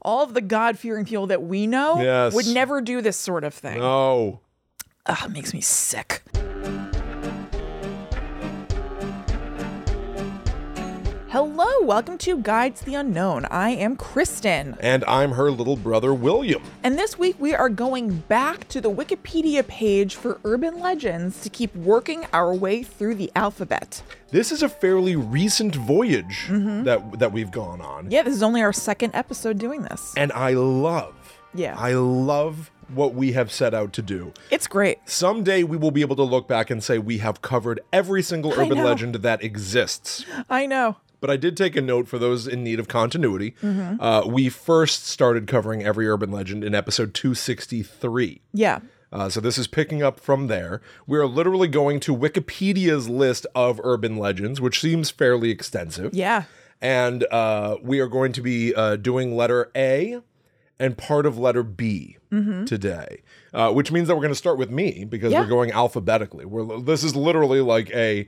all of the God fearing people that we know Yes. would never do this sort of thing. No. Ugh, it makes me sick. Hello, welcome to Guides the Unknown. I am Kristen. And I'm her little brother, William. And this week we are going back to the Wikipedia page for urban legends to keep working our way through the alphabet. This is a fairly recent voyage Mm-hmm. that that we've gone on. Yeah, this is only our second episode doing this. And I love. Yeah. I love what we have set out to do. It's great. Someday we will be able to look back and say we have covered every single urban know. legend that exists. I know. But I did take a note for those in need of continuity. Mm-hmm. Uh, we first started covering every urban legend in episode 263. Yeah. Uh, so this is picking up from there. We are literally going to Wikipedia's list of urban legends, which seems fairly extensive. Yeah. And uh, we are going to be uh, doing letter A and part of letter B today, uh, which means that we're going to start with me because Yeah. we're going alphabetically. We're, this is literally like a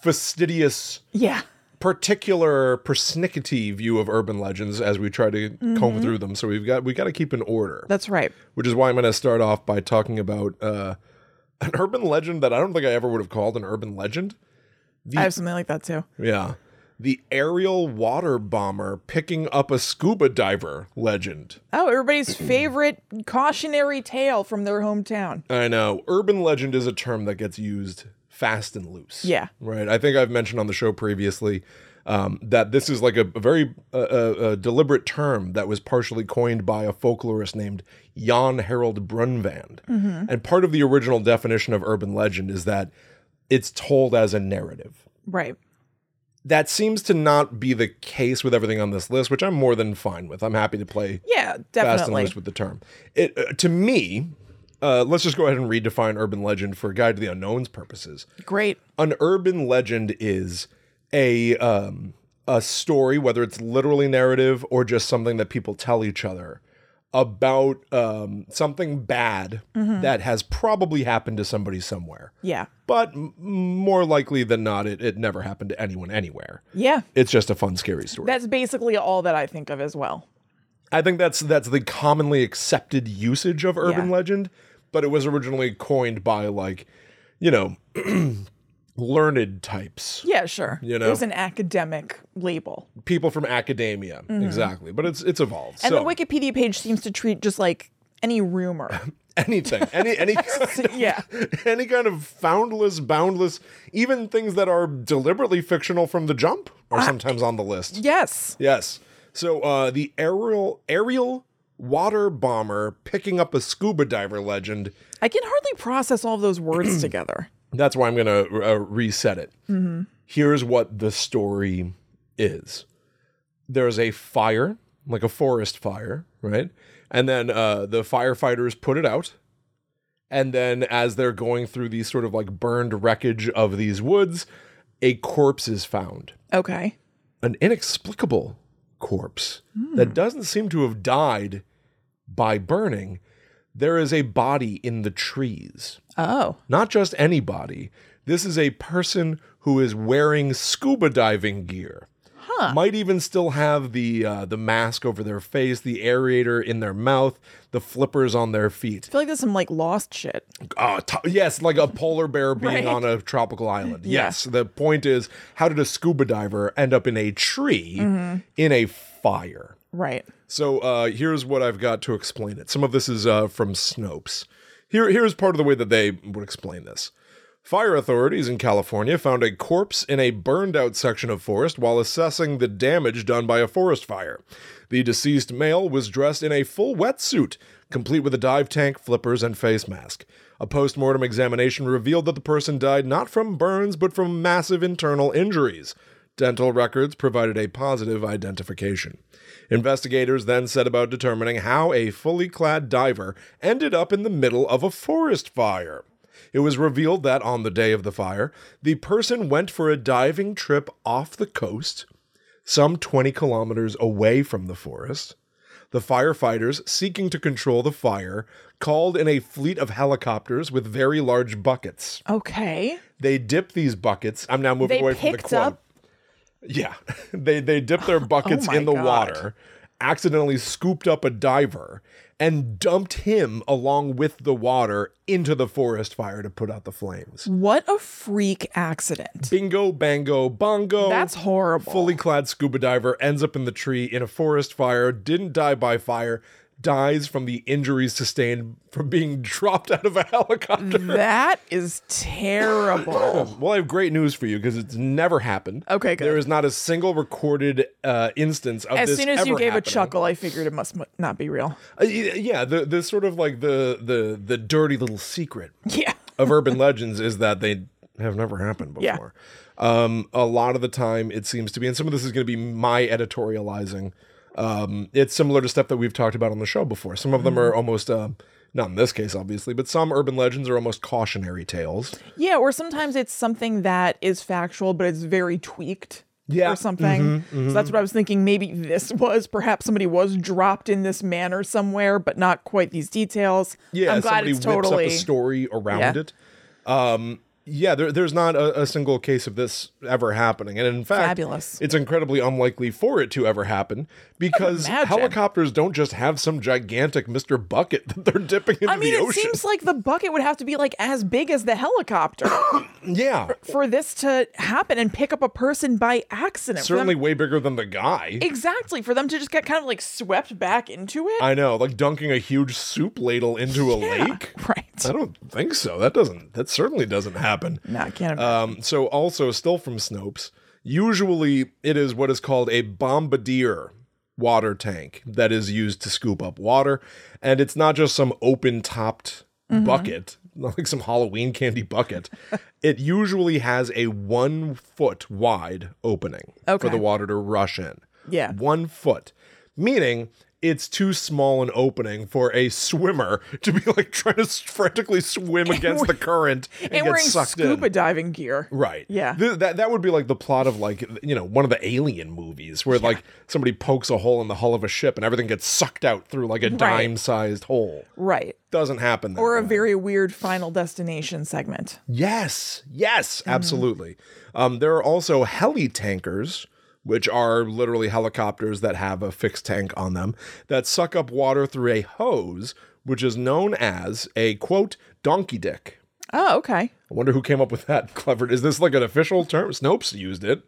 fastidious, Yeah. particular, persnickety view of urban legends as we try to comb through them. So we've got we got to keep an order That's right. which is why I'm going to start off by talking about uh, an urban legend that I don't think I ever would have called an urban legend. I have something like that too. Yeah. The aerial water bomber picking up a scuba diver legend. Oh, everybody's favorite cautionary tale from their hometown. I know. Urban legend is a term that gets used fast and loose. Yeah. Right. I think I've mentioned on the show previously um, that this is like a, a very uh, uh, uh, deliberate term that was partially coined by a folklorist named Jan Harold Brunvand. And part of the original definition of urban legend is that it's told as a narrative. Right. That seems to not be the case with everything on this list, which I'm more than fine with. I'm happy to play Yeah, fast and definitely. loose with the term. It uh, to me, uh, let's just go ahead and redefine urban legend for Guide to the Unknown's purposes. Great. An urban legend is a um, a story, whether it's literally narrative or just something that people tell each other about um, something bad that has probably happened to somebody somewhere. Yeah. But m- more likely than not, it, it never happened to anyone anywhere. Yeah. It's just a fun, scary story. That's basically all that I think of as well. I think that's that's the commonly accepted usage of urban Yeah. legend, but it was originally coined by like, you know, learned types, Yeah, sure. You It know? was an academic label. people from academia, exactly. But it's it's evolved. Mm-hmm. And so the Wikipedia page seems to treat just like any rumor. anything, any any kind of, yeah. any kind of foundless, boundless, even things that are deliberately fictional from the jump are Ah. sometimes on the list. Yes. Yes. So uh, the aerial aerial water bomber picking up a scuba diver legend I can hardly process all of those words together. That's why I'm going to uh, reset it. Here's what the story is there's a fire, like a forest fire, right? And then uh, the firefighters put it out. And then as they're going through these sort of like burned wreckage of these woods, a corpse is found. Okay. An inexplicable corpse that doesn't seem to have died by burning. There is a body in the trees Oh. not just anybody. This is a person who is wearing scuba diving gear. Huh. Might even still have the uh, the mask over their face, the aerator in their mouth, the flippers on their feet. I feel like there's some like lost shit. Uh, t- yes, like a polar bear being Right. on a tropical island. Yeah. Yes. The point is, how did a scuba diver end up in a tree Mm-hmm. in a fire? Right. So uh, here's what I've got to explain it. Some of this is uh, from Snopes. Here, here's part of the way that they would explain this. Fire authorities in California found a corpse in a burned out section of forest while assessing the damage done by a forest fire. The deceased male was dressed in a full wetsuit, complete with a dive tank, flippers, and face mask. A post mortem examination revealed that the person died not from burns but from massive internal injuries. Dental records provided a positive identification. Investigators then set about determining how a fully clad diver ended up in the middle of a forest fire. It was revealed that on the day of the fire, the person went for a diving trip off the coast, some 20 kilometers away from the forest. The firefighters, seeking to control the fire, called in a fleet of helicopters with very large buckets. Okay. They dip these buckets. I'm now moving They away from the picked quote. up- Yeah, they they dip their buckets Oh my in the God. water, accidentally scooped up a diver and dumped him along with the water into the forest fire to put out the flames. What a freak accident. Bingo, bango, bongo. That's horrible. Fully clad scuba diver ends up in the tree in a forest fire, didn't die by fire, dies from the injuries sustained from being dropped out of a helicopter. That is terrible. Well, I have great news for you because it's never happened. Okay, good. There is not a single recorded uh, instance of As this soon as you ever gave a happening. chuckle, I figured it must mu- not be real. Uh, y- yeah, the the sort of like the the the dirty little secret Yeah. of urban legends is that they have never happened Yeah. before. Um, a lot of the time, it seems to be, and some of this is going to be my editorializing. Um, it's similar to stuff that we've talked about on the show before. Some of them Mm-hmm. are almost, uh, not in this case, obviously, but some urban legends are almost cautionary tales. Yeah, or sometimes it's something that is factual, but it's very tweaked. Yeah. Mm-hmm, Or something. So that's what I was thinking. Maybe this was perhaps somebody was dropped in this manner somewhere, but not quite these details. Yeah, I'm glad somebody it's whips totally up a story around Yeah. it. Um, yeah, there, there's not a, a single case of this ever happening, and in fact, Fabulous. it's incredibly unlikely for it to ever happen because imagine. helicopters don't just have some gigantic Mister Bucket that they're dipping into I mean, the it ocean. seems like the bucket would have to be like as big as the helicopter yeah, for this to happen and pick up a person by accident. For them- certainly way bigger than the guy. exactly. For them to just get kind of like swept back into it. I know, like dunking a huge soup ladle into a Yeah, lake. Uh, Right. I don't think so. That doesn't. That certainly doesn't happen. No, I can't imagine. Um, so also still from Snopes, usually it is what is called a bombardier water tank that is used to scoop up water, and it's not just some open topped Mm-hmm. bucket, not like some Halloween candy bucket. it usually has a one foot wide opening Okay. for the water to rush in. Yeah. one foot, meaning. It's too small an opening for a swimmer to be like trying to frantically swim against the current and, and get wearing sucked in. scuba diving gear. Right. Yeah. Th- that that would be like the plot of like you know one of the alien movies where like somebody pokes a hole in the hull of a ship and everything gets sucked out through like a dime-sized hole. Right. Doesn't happen. That Or a way. very weird final destination segment. yes, yes, Mm-hmm. absolutely. Um, there are also heli tankers. Which are literally helicopters that have a fixed tank on them that suck up water through a hose, which is known as a quote, donkey dick. Oh, okay. I wonder who came up with that clever. Is this like an official term? Snopes used it.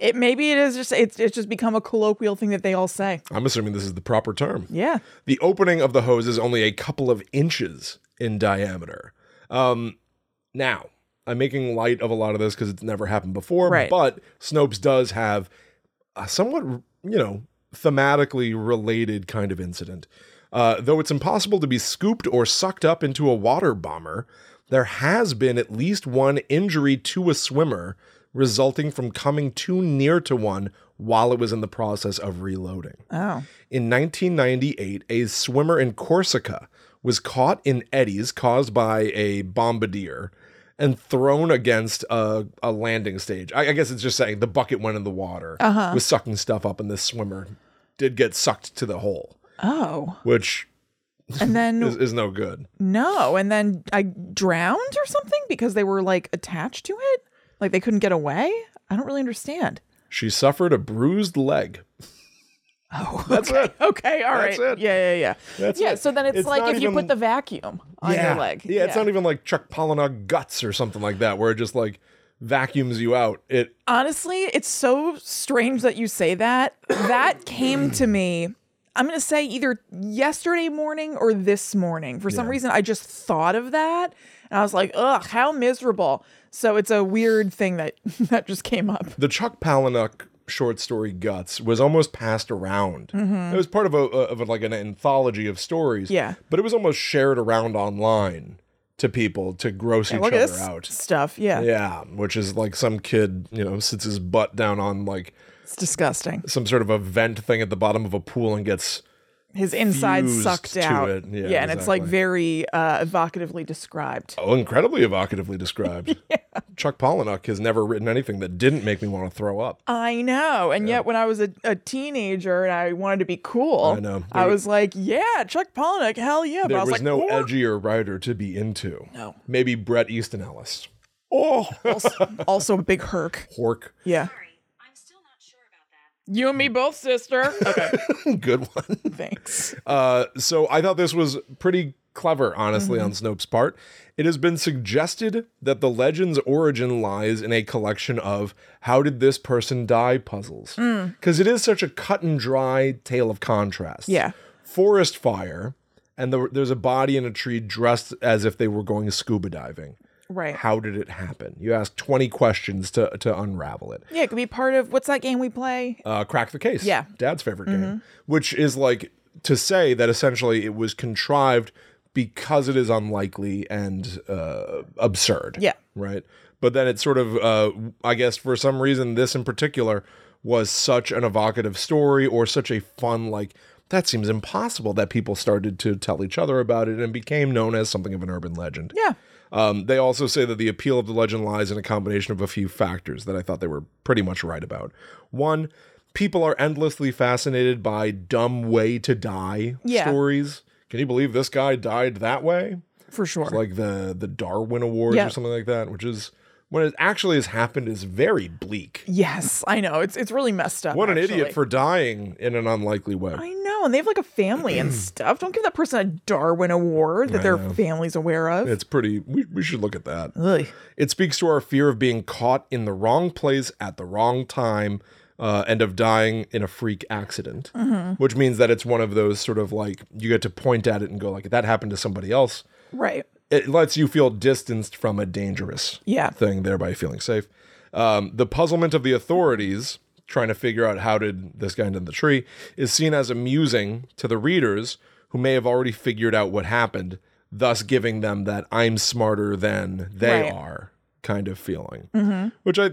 It maybe it is just it's it's just become a colloquial thing that they all say. I'm assuming this is the proper term. Yeah. The opening of the hose is only a couple of inches in diameter. Um, now, I'm making light of a lot of this because it's never happened before, Right. but Snopes does have a somewhat, you know, thematically related kind of incident. Uh, though it's impossible to be scooped or sucked up into a water bomber, there has been at least one injury to a swimmer resulting from coming too near to one while it was in the process of reloading. Oh. In 1998, a swimmer in Corsica was caught in eddies caused by a bombardier and thrown against a, a landing stage. I, I guess it's just saying the bucket went in the water, was sucking stuff up, and this swimmer did get sucked to the hole, Oh. which And is, then is no good. no, and then I drowned or something because they were like attached to it? Like they couldn't get away? I don't really understand. She suffered a bruised leg. Oh, That's okay. it. Okay, all right. That's it. Yeah, yeah, yeah. That's yeah, it. so then it's, It's like not if you even- put the vacuum on your leg. Yeah, it's not even like Chuck Palahniuk guts or something like that, where it just like vacuums you out. It honestly, it's so strange that you say that. That came to me, I'm going to say either yesterday morning or this morning. For some reason, I just thought of that and I was like, ugh, how miserable. So it's a weird thing that that just came up. the Chuck Palahniuk short story Guts was almost passed around. It was part of a of a, like an anthology of stories. Mm-hmm. Yeah. but it was almost shared around online to people to gross each Look other at this out. stuff. Yeah, Yeah, which is like some kid, you know, sits his butt down on like it's disgusting. some sort of a vent thing at the bottom of a pool and gets His insides Fused sucked to out. it. Yeah, and it's like exactly. very uh, evocatively described. oh, incredibly evocatively described. Chuck Palahniuk has never written anything that didn't make me want to throw up. I know. And yet, when I was a, a teenager and I wanted to be cool, I know. I was like, yeah, Chuck Palahniuk, hell yeah. But There I was, was, like, no "Whoa." edgier writer to be into. No. Maybe Brett Easton Ellis. Oh, also, also a big herc. Pork. Yeah. Sorry, I'm still not sure about that. You and me both, sister. Okay, Good one. thanks. Uh, so I thought this was pretty clever, honestly, on Snope's part. It has been suggested that the legend's origin lies in a collection of how did this person die puzzles. Because it is such a cut and dry tale of contrast. Yeah. Forest fire, and the, there's a body in a tree dressed as if they were going scuba diving. Right. How did it happen? You ask 20 questions to, to unravel it Yeah, it could be part of what's that game we play? uh, Crack the Case. Yeah. Mm-hmm. Dad's favorite game, which is like to say that essentially it was contrived because it is unlikely and uh, absurd. Yeah. Right. But then it sort of, uh, I guess for some reason, this in particular was such an evocative story or such a fun, like, that seems impossible that people started to tell each other about it and became known as something of an urban legend. Yeah. Um, they also say that the appeal of the legend lies in a combination of a few factors that I thought they were pretty much right about. One, people are endlessly fascinated by dumb way to die Yeah. stories. Can you believe this guy died that way? For sure. Like the the Darwin Awards Yeah. or something like that, which is when it actually has happened is very bleak. yes, I know. It's it's really messed up. What an actually. idiot for dying in an unlikely way. I know, and they have like a family and stuff. Don't give that person a Darwin Award that their family's aware of. It's pretty we, we should look at that. Ugh. It speaks to our fear of being caught in the wrong place at the wrong time uh, and of dying in a freak accident, which means that it's one of those sort of like you get to point at it and go like that happened to somebody else. Right. It lets you feel distanced from a dangerous Yeah. thing, thereby feeling safe. Um, the puzzlement of the authorities trying to figure out how did this guy end in the tree is seen as amusing to the readers who may have already figured out what happened, thus giving them that I'm smarter than they Right. Mm-hmm. are kind of feeling, which I.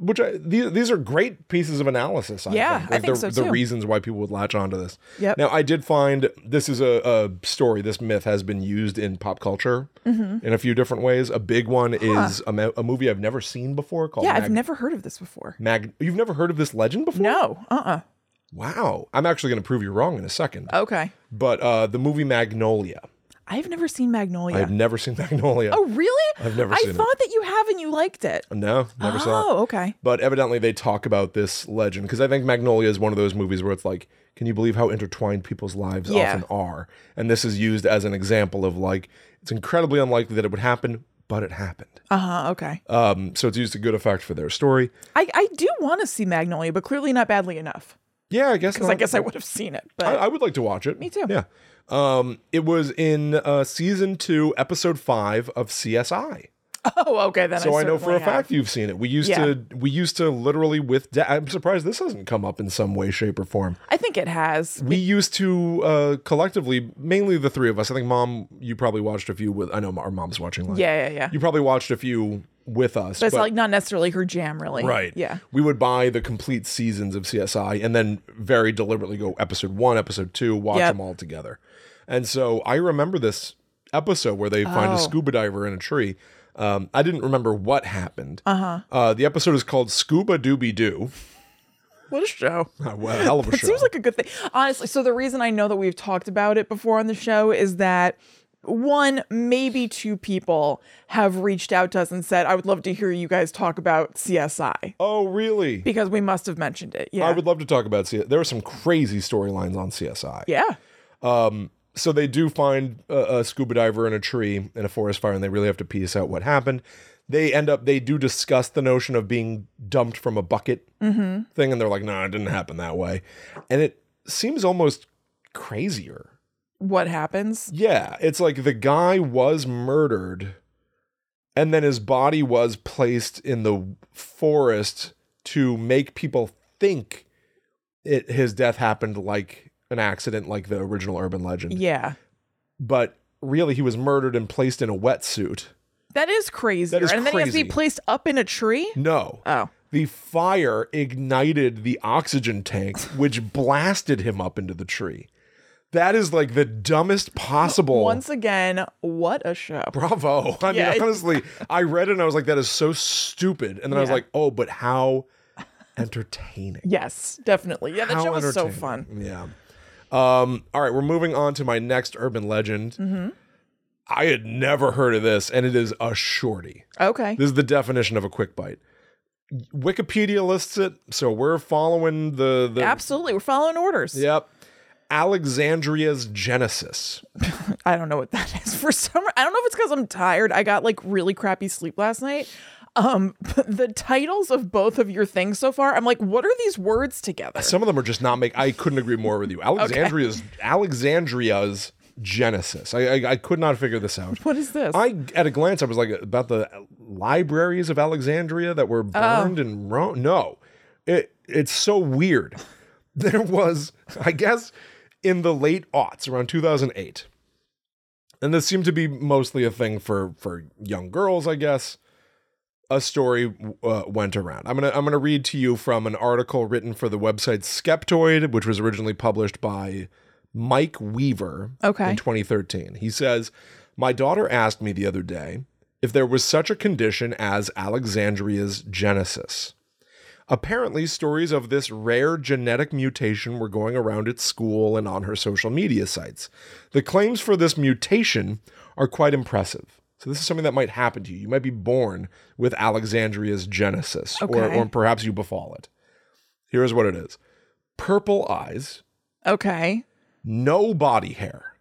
Which I these, these are great pieces of analysis. I Yeah, think, I think the, so the too. reasons why people would latch onto this. Yep. Now I did find this is a, a story. This myth has been used in pop culture Mm-hmm. in a few different ways. A big one is a, mo- a movie I've never seen before called Yeah, Mag- I've never heard of this before. Mag- You've never heard of this legend before? No. Uh Wow. I'm actually going to prove you wrong in a second. uh Okay. But uh, the movie Magnolia. I've never seen Magnolia. I've never seen Magnolia. oh, really? I've never I seen it. thought that you have and you liked it. No, never saw it. oh, okay. But evidently they talk about this legend because I think Magnolia is one of those movies where it's like, can you believe how intertwined people's lives Yeah. often are? And this is used as an example of like, it's incredibly unlikely that it would happen, but it happened. Uh huh. Okay. Um, so it's used to good effect for their story. I, I do want to see Magnolia, but clearly not badly enough. Yeah, I guess. Because I not. guess I would have seen it. But I, I would like to watch it. Me too. Yeah. Um, it was in uh, season two, episode five of CSI. oh, okay. Then So I, I, know for certainly a have. fact you've seen it. We used Yeah. to we used to literally with. Da- I'm surprised this hasn't come up in some way, shape, or form. I think it has. We used to uh, collectively, mainly the three of us. I think mom, you probably watched a few with. I know our mom's watching. Live. Yeah, yeah, yeah. You probably watched a few with us. but it's but- like not necessarily her jam, really. Right. Yeah. We would buy the complete seasons of CSI and then very deliberately go episode one, episode two, watch Yep. them all together. And so I remember this episode where they find a Oh. scuba diver in a tree. Um, I didn't remember what happened. Uh-huh. The episode is called Scuba Dooby Doo. What a show. Well, hell of a It show. seems like a good thing. Honestly, so the reason I know that we've talked about it before on the show is that one, maybe two people have reached out to us and said, I would love to hear you guys talk about CSI oh, really? because we must have mentioned it. Yeah. I would love to talk about CSI. There were some crazy storylines on CSI. yeah. Um, so they do find a, a scuba diver in a tree in a forest fire, and they really have to piece out what happened. They end up they do discuss the notion of being dumped from a bucket Mm-hmm. thing, and they're like, "No, nah, it didn't happen that way," and it seems almost crazier. What happens? Yeah, it's like the guy was murdered, and then his body was placed in the forest to make people think it his death happened like an accident, like the original urban legend Yeah. but really he was murdered and placed in a wetsuit. That is crazy. That is and then he has to be crazy. placed up in a tree? No. Oh. the fire ignited the oxygen tank, which blasted him up into the tree. That is like the dumbest possible. Once again, what a show. Bravo. I Yeah, mean, it- honestly, I read it and I was like, that is so stupid. And then I was Yeah. like, oh, but how entertaining. Yes, definitely. Yeah, that How show was so entertaining. fun. Yeah. Um, all right, we're moving on to my next urban legend. Mm-hmm. I had never heard of this, and it is a shorty. Okay. This is the definition of a quick bite. Wikipedia lists it, so we're following the the. Absolutely. We're following orders. Yep. Alexandria's Genesis. I don't know what that is for some. I don't know if it's because I'm tired. I got like really crappy sleep last night. Um, but the titles of both of your things so far, I'm like, what are these words together? Some of them are just not make. I couldn't agree more with you. Alexandria's Alexandria's Genesis. I, I I could not figure this out. What is this? I at a glance I was like about the libraries of Alexandria that were burned in Rome. No, it it's so weird. There was, I guess, in the late aughts, around 2008, and this seemed to be mostly a thing for for young girls, I guess. A story uh, went around. I'm gonna I'm gonna read to you from an article written for the website Skeptoid, which was originally published by Mike Weaver Okay. in 2013. He says, My daughter asked me the other day if there was such a condition as Alexandria's genesis. Apparently, stories of this rare genetic mutation were going around at school and on her social media sites. The claims for this mutation are quite impressive. So, this is something that might happen to you. You might be born with Alexandria's genesis, or, Okay. or perhaps you befall it. Here's what it is purple eyes, okay. no body hair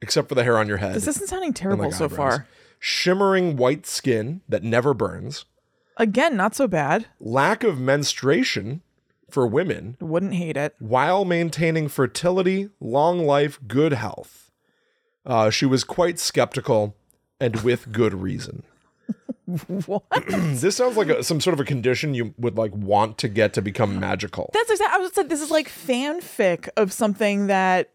except for the hair on your head This isn't sounding and, terrible like, so eyebrows. far. shimmering white skin that never burns Again, not so bad. lack of menstruation for women Wouldn't hate it. while maintaining fertility long life good health uh, she was quite skeptical and with good reason What? this sounds like a, some sort of a condition you would like want to get to become magical That's exactly. I was like, this is like fanfic of something that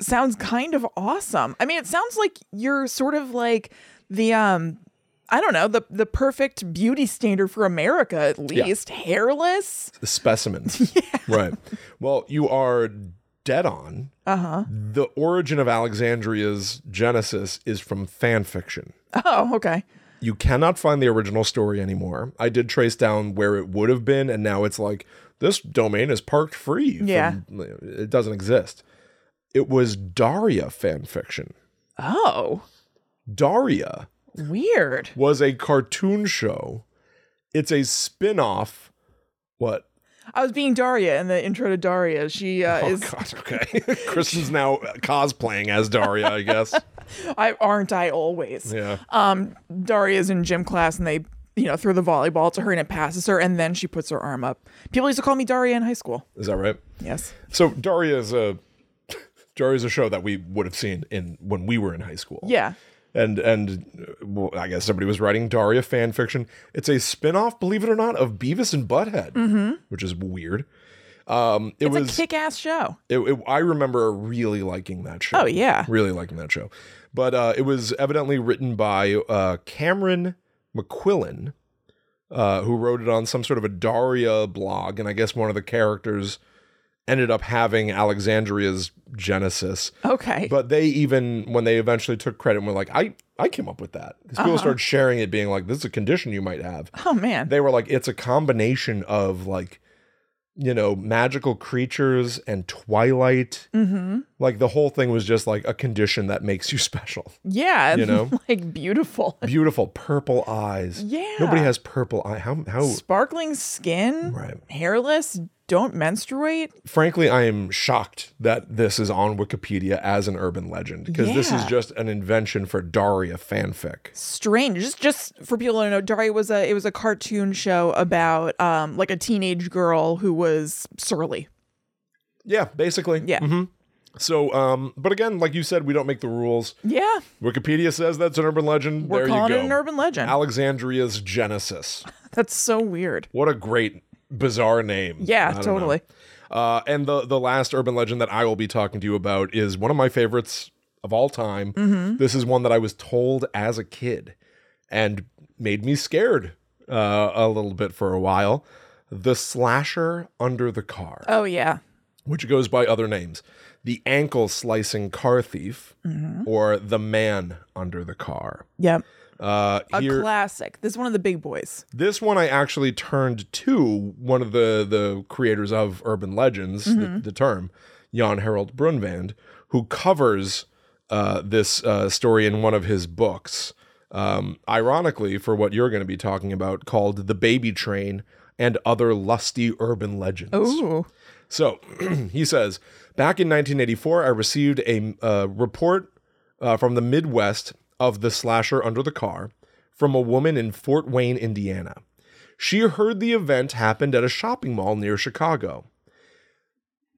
sounds kind of awesome. I mean, it sounds like you're sort of like the um, I don't know, the the perfect beauty standard for America at least, hairless. the specimen right well you are dead on Uh huh. the origin of Alexandria's genesis is from fan fiction. Oh, okay. You cannot find the original story anymore. I did trace down where it would have been, and now it's like this domain is parked free. from- Yeah. it doesn't exist. It was Daria fan fiction. Oh, Daria weird. was a cartoon show. It's a spin off. What? I was being Daria in the intro to Daria. She uh, Oh, is. God. Okay. Kristen's now cosplaying as Daria, I guess. I aren't I always. Yeah. Um, Daria's in gym class, and they you know throw the volleyball to her, and it passes her, and then she puts her arm up. People used to call me Daria in high school. Is that right? Yes. So Daria is a Daria is a show that we would have seen in when we were in high school. Yeah. And and uh, well, I guess somebody was writing Daria fan fiction. It's a spin-off, believe it or not, of Beavis and Butthead, which is weird. Um, it Mm-hmm. It's was. a kick-ass show. it, it- I remember really liking that show. Oh yeah. really liking that show. But uh, it was evidently written by uh, Cameron McQuillan, uh, who wrote it on some sort of a Daria blog, and I guess one of the characters ended up having Alexandria's Genesis. Okay. But they even when they eventually took credit and were like, I I came up with that because Uh-huh. people started sharing it, being like, this is a condition you might have oh man. they were like it's a combination of like you know magical creatures and twilight Mm-hmm. like the whole thing was just like a condition that makes you special yeah. you know? like beautiful. beautiful purple eyes Yeah. nobody has purple eye how how Sparkling skin. Right. Hairless. Don't menstruate. frankly i am shocked that this is on wikipedia as an urban legend because this is Yeah. just an invention for daria fanfic Strange. Just just for people to know, Daria was a it was a cartoon show about um like a teenage girl who was surly. yeah basically Mm-hmm. Yeah. so um but again like you said we don't make the rules Yeah. wikipedia says that's an urban legend We're there calling you go it an urban legend. Alexandria's Genesis. That's so weird. What a great bizarre name. I Yeah, don't know. totally. Uh, and the the last urban legend that I will be talking to you about is one of my favorites of all time. Mm-hmm. This is one that I was told as a kid and made me scared uh, a little bit for a while. The slasher under the car, Oh yeah. which goes by other names, the ankle slicing car thief, Mm-hmm. or the man under the car. Yep. Uh, A here, classic. This is one of the big boys. this one I actually turned to one of the the creators of urban legends, the, the term, Jan Harold Brundvand, who covers uh, this uh, story in one of his books. Um, ironically, for what you're going to be talking about, called "The Baby Train: and other lusty urban legends. Ooh. So he says, back in 1984, I received a uh, report uh, from the Midwest of the slasher under the car from a woman in Fort Wayne, Indiana. She heard the event happened at a shopping mall near Chicago.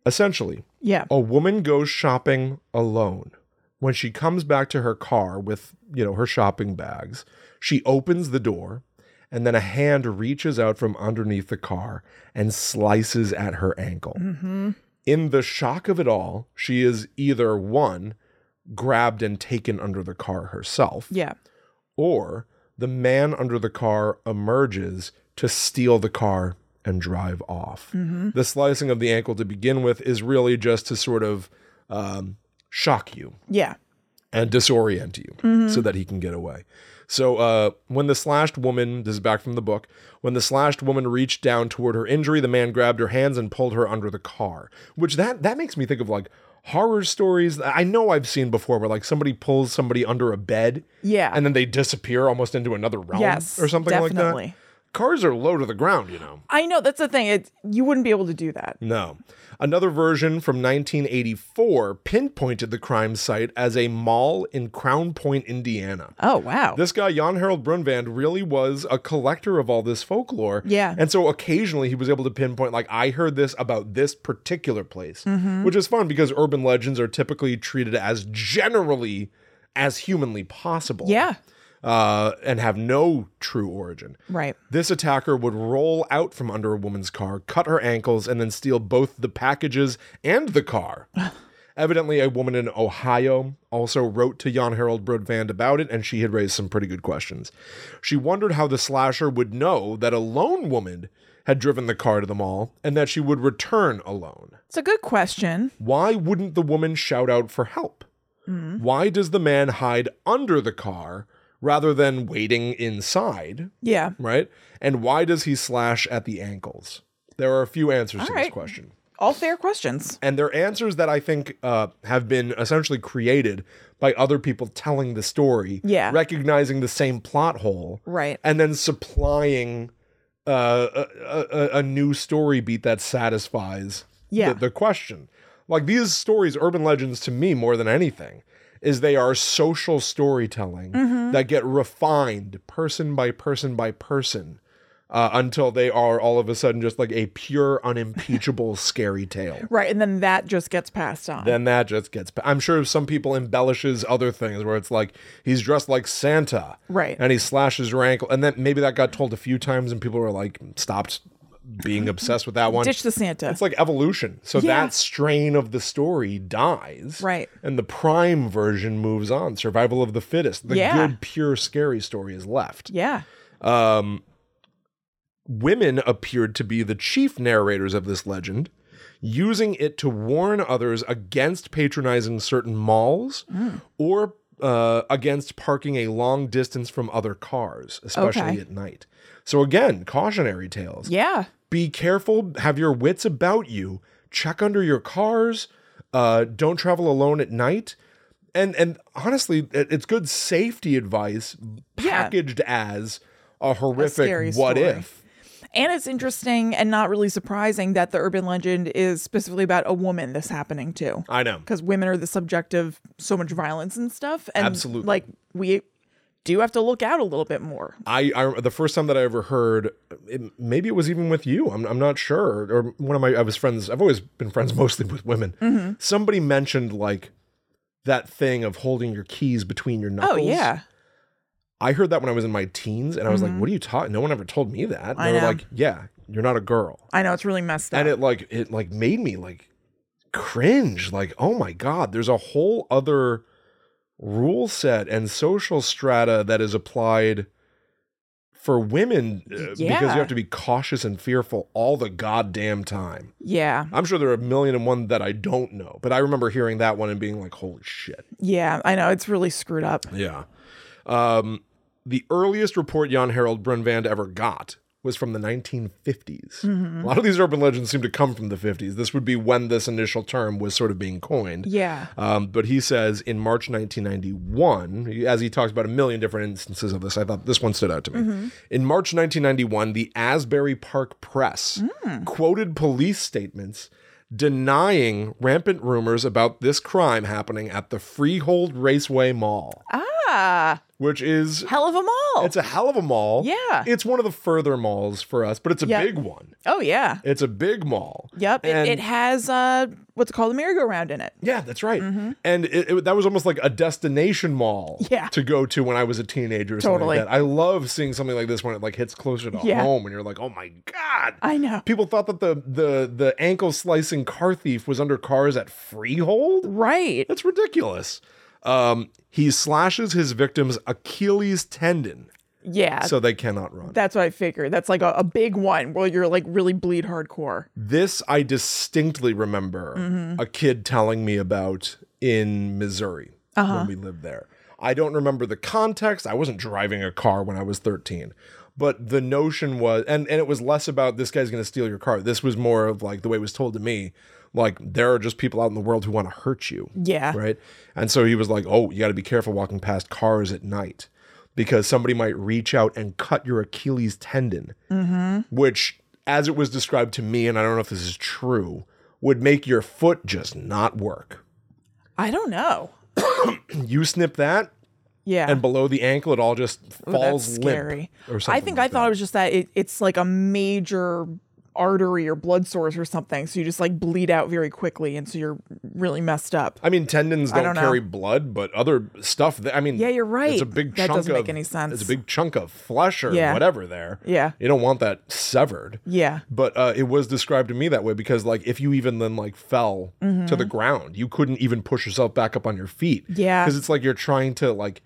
Essentially, Yeah. a woman goes shopping alone. When she comes back to her car with, you know, her shopping bags, she opens the door and then a hand reaches out from underneath the car and slices at her ankle. In the shock of it all, she is either one, grabbed and taken under the car herself, Yeah. or the man under the car emerges to steal the car and drive off. The slicing of the ankle to begin with is really just to sort of um, shock you Yeah. and disorient you so that he can get away. So uh, when the slashed woman, this is back from the book, when the slashed woman reached down toward her injury, the man grabbed her hands and pulled her under the car. Which that that makes me think of like horror stories that I know I've seen before, where like somebody pulls somebody under a bed Yeah. and then they disappear almost into another realm yes. or something definitely. like that. Cars are low to the ground, you know. I know that's the thing. It you wouldn't be able to do that. No. Another version from 1984 pinpointed the crime site as a mall in Crown Point, Indiana. Oh wow. This guy, Jan Harold Brundvand, really was a collector of all this folklore. Yeah. And so occasionally he was able to pinpoint, like, I heard this about this particular place, Mm-hmm. which is fun because urban legends are typically treated as generally as humanly possible. yeah. Uh, and have no true origin. Right. This attacker would roll out from under a woman's car, cut her ankles, and then steal both the packages and the car. Evidently, a woman in Ohio also wrote to Jan Harold Brodvand about it, and she had raised some pretty good questions. She wondered how the slasher would know that a lone woman had driven the car to the mall and that she would return alone. It's a good question. Why wouldn't the woman shout out for help? Why does the man hide under the car rather than waiting inside? Yeah. right? And why does he slash at the ankles? There are a few answers to this right. question. All fair questions. And they're answers that I think uh, have been essentially created by other people telling the story, Yeah. recognizing the same plot hole, Right. and then supplying uh, a, a, a new story beat that satisfies Yeah. the, the question. Like these stories, urban legends, to me, more than anything, is they are social storytelling that get refined person by person by person uh, until they are all of a sudden just like a pure, unimpeachable, scary tale. Right. And then that just gets passed on. Then that just gets. I'm sure some people embellishes other things where it's like he's dressed like Santa, Right. And he slashes her ankle, and then maybe that got told a few times, and people were like stopped being obsessed with that one. Ditch the Santa. It's like evolution. So Yeah. that strain of the story dies. Right. And the prime version moves on. Survival of the fittest. The Yeah. good, pure, scary story is left. yeah. Women appeared to be the chief narrators of this legend, using it to warn others against patronizing certain malls Mm. or uh, against parking a long distance from other cars, especially Okay. at night. So, again, cautionary tales Yeah. be careful have your wits about you check under your cars uh, don't travel alone at night and and honestly it- it's good safety advice packaged as a horrific scary what story. if And it's interesting and not really surprising that the urban legend is specifically about a woman this happening to. i know Because women are the subject of so much violence and stuff. And Absolutely. like we do have to look out a little bit more. I, I the first time that I ever heard, it, maybe it was even with you. I'm, I'm not sure. Or one of my I was friends. I've always been friends mostly with women. Mm-hmm. Somebody mentioned like that thing of holding your keys between your Oh knuckles. yeah. Mm-hmm. I heard that when I was in my teens, and I was like, "What are you talking? No one ever told me that." And I they were know. like, "Yeah, you're not a girl," I know it's really messed up. and it like it like made me like cringe. Like, oh my god, there's a whole other rule set and social strata that is applied for women uh, because yeah. you have to be cautious and fearful all the goddamn time. yeah. I'm sure there are a million and one that I don't know, but I remember hearing that one and being like, "Holy shit." Yeah. I know it's really screwed up. Yeah. Um, the earliest report Jan Harold Brunvand ever got was from the 1950s. A lot of these urban legends seem to come from the 50s. This would be when this initial term was sort of being coined. Yeah. Um, but he says in March 1991, he- as he talks about a million different instances of this, I thought this one stood out to me. In March 1991, the Asbury Park Press quoted police statements denying rampant rumors about this crime happening at the Freehold Raceway Mall, Ah, which is. hell of a mall. It's a hell of a mall. Oh. Yeah. It's one of the further malls for us, but it's a Yeah. big one. oh yeah. It's a big mall. Yep. It, And- it has uh, what's it called, the merry-go-round in it. yeah, that's right. And it, it- that was almost like a destination mall Mm-hmm. Yeah. to go to when I was a teenager. Or Totally. Something like that. I love seeing something like this when it like hits closer to Yeah. home and you're like, oh my God. I know. People thought that the the the ankle slicing car thief was under cars at Freehold. Right. That's ridiculous. Um, he slashes his victim's Achilles tendon Yeah. so they cannot run. that's what I figured. That's like a, a big one where you're like really bleed hardcore. This I distinctly remember a kid telling me about in Missouri when we lived there. I don't remember the context. I wasn't driving a car when I was 13. But the notion was and and it was less about this guy's going to steal your car. This was more of like the way it was told to me, like there are just people out in the world who want to hurt you. Yeah. Right? And so he was like, "Oh, you got to be careful walking past cars at night." Because somebody might reach out and cut your Achilles tendon Mm-hmm. which, as it was described to me, and I don't know if this is true, would make your foot just not work. I don't know. You snip that, Yeah. and below the ankle, it all just Ah. Ooh, falls that's limp. scary. or I something think I like thought it was just that it, it's like a major artery or blood source or something. So you just like bleed out very quickly, and so you're really messed up. I mean, tendons don't, don't know. carry blood, but other stuff. That, I mean, Yeah, you're right. It's a big That chunk doesn't make of- any sense. It's a big chunk of flesh or Yeah. whatever there. Yeah. you don't want that severed. Yeah. But uh, it was described to me that way because, like, if you even then like fell to the ground, you couldn't even push yourself back up on your feet. Mm-hmm. Yeah. because it's like you're trying to like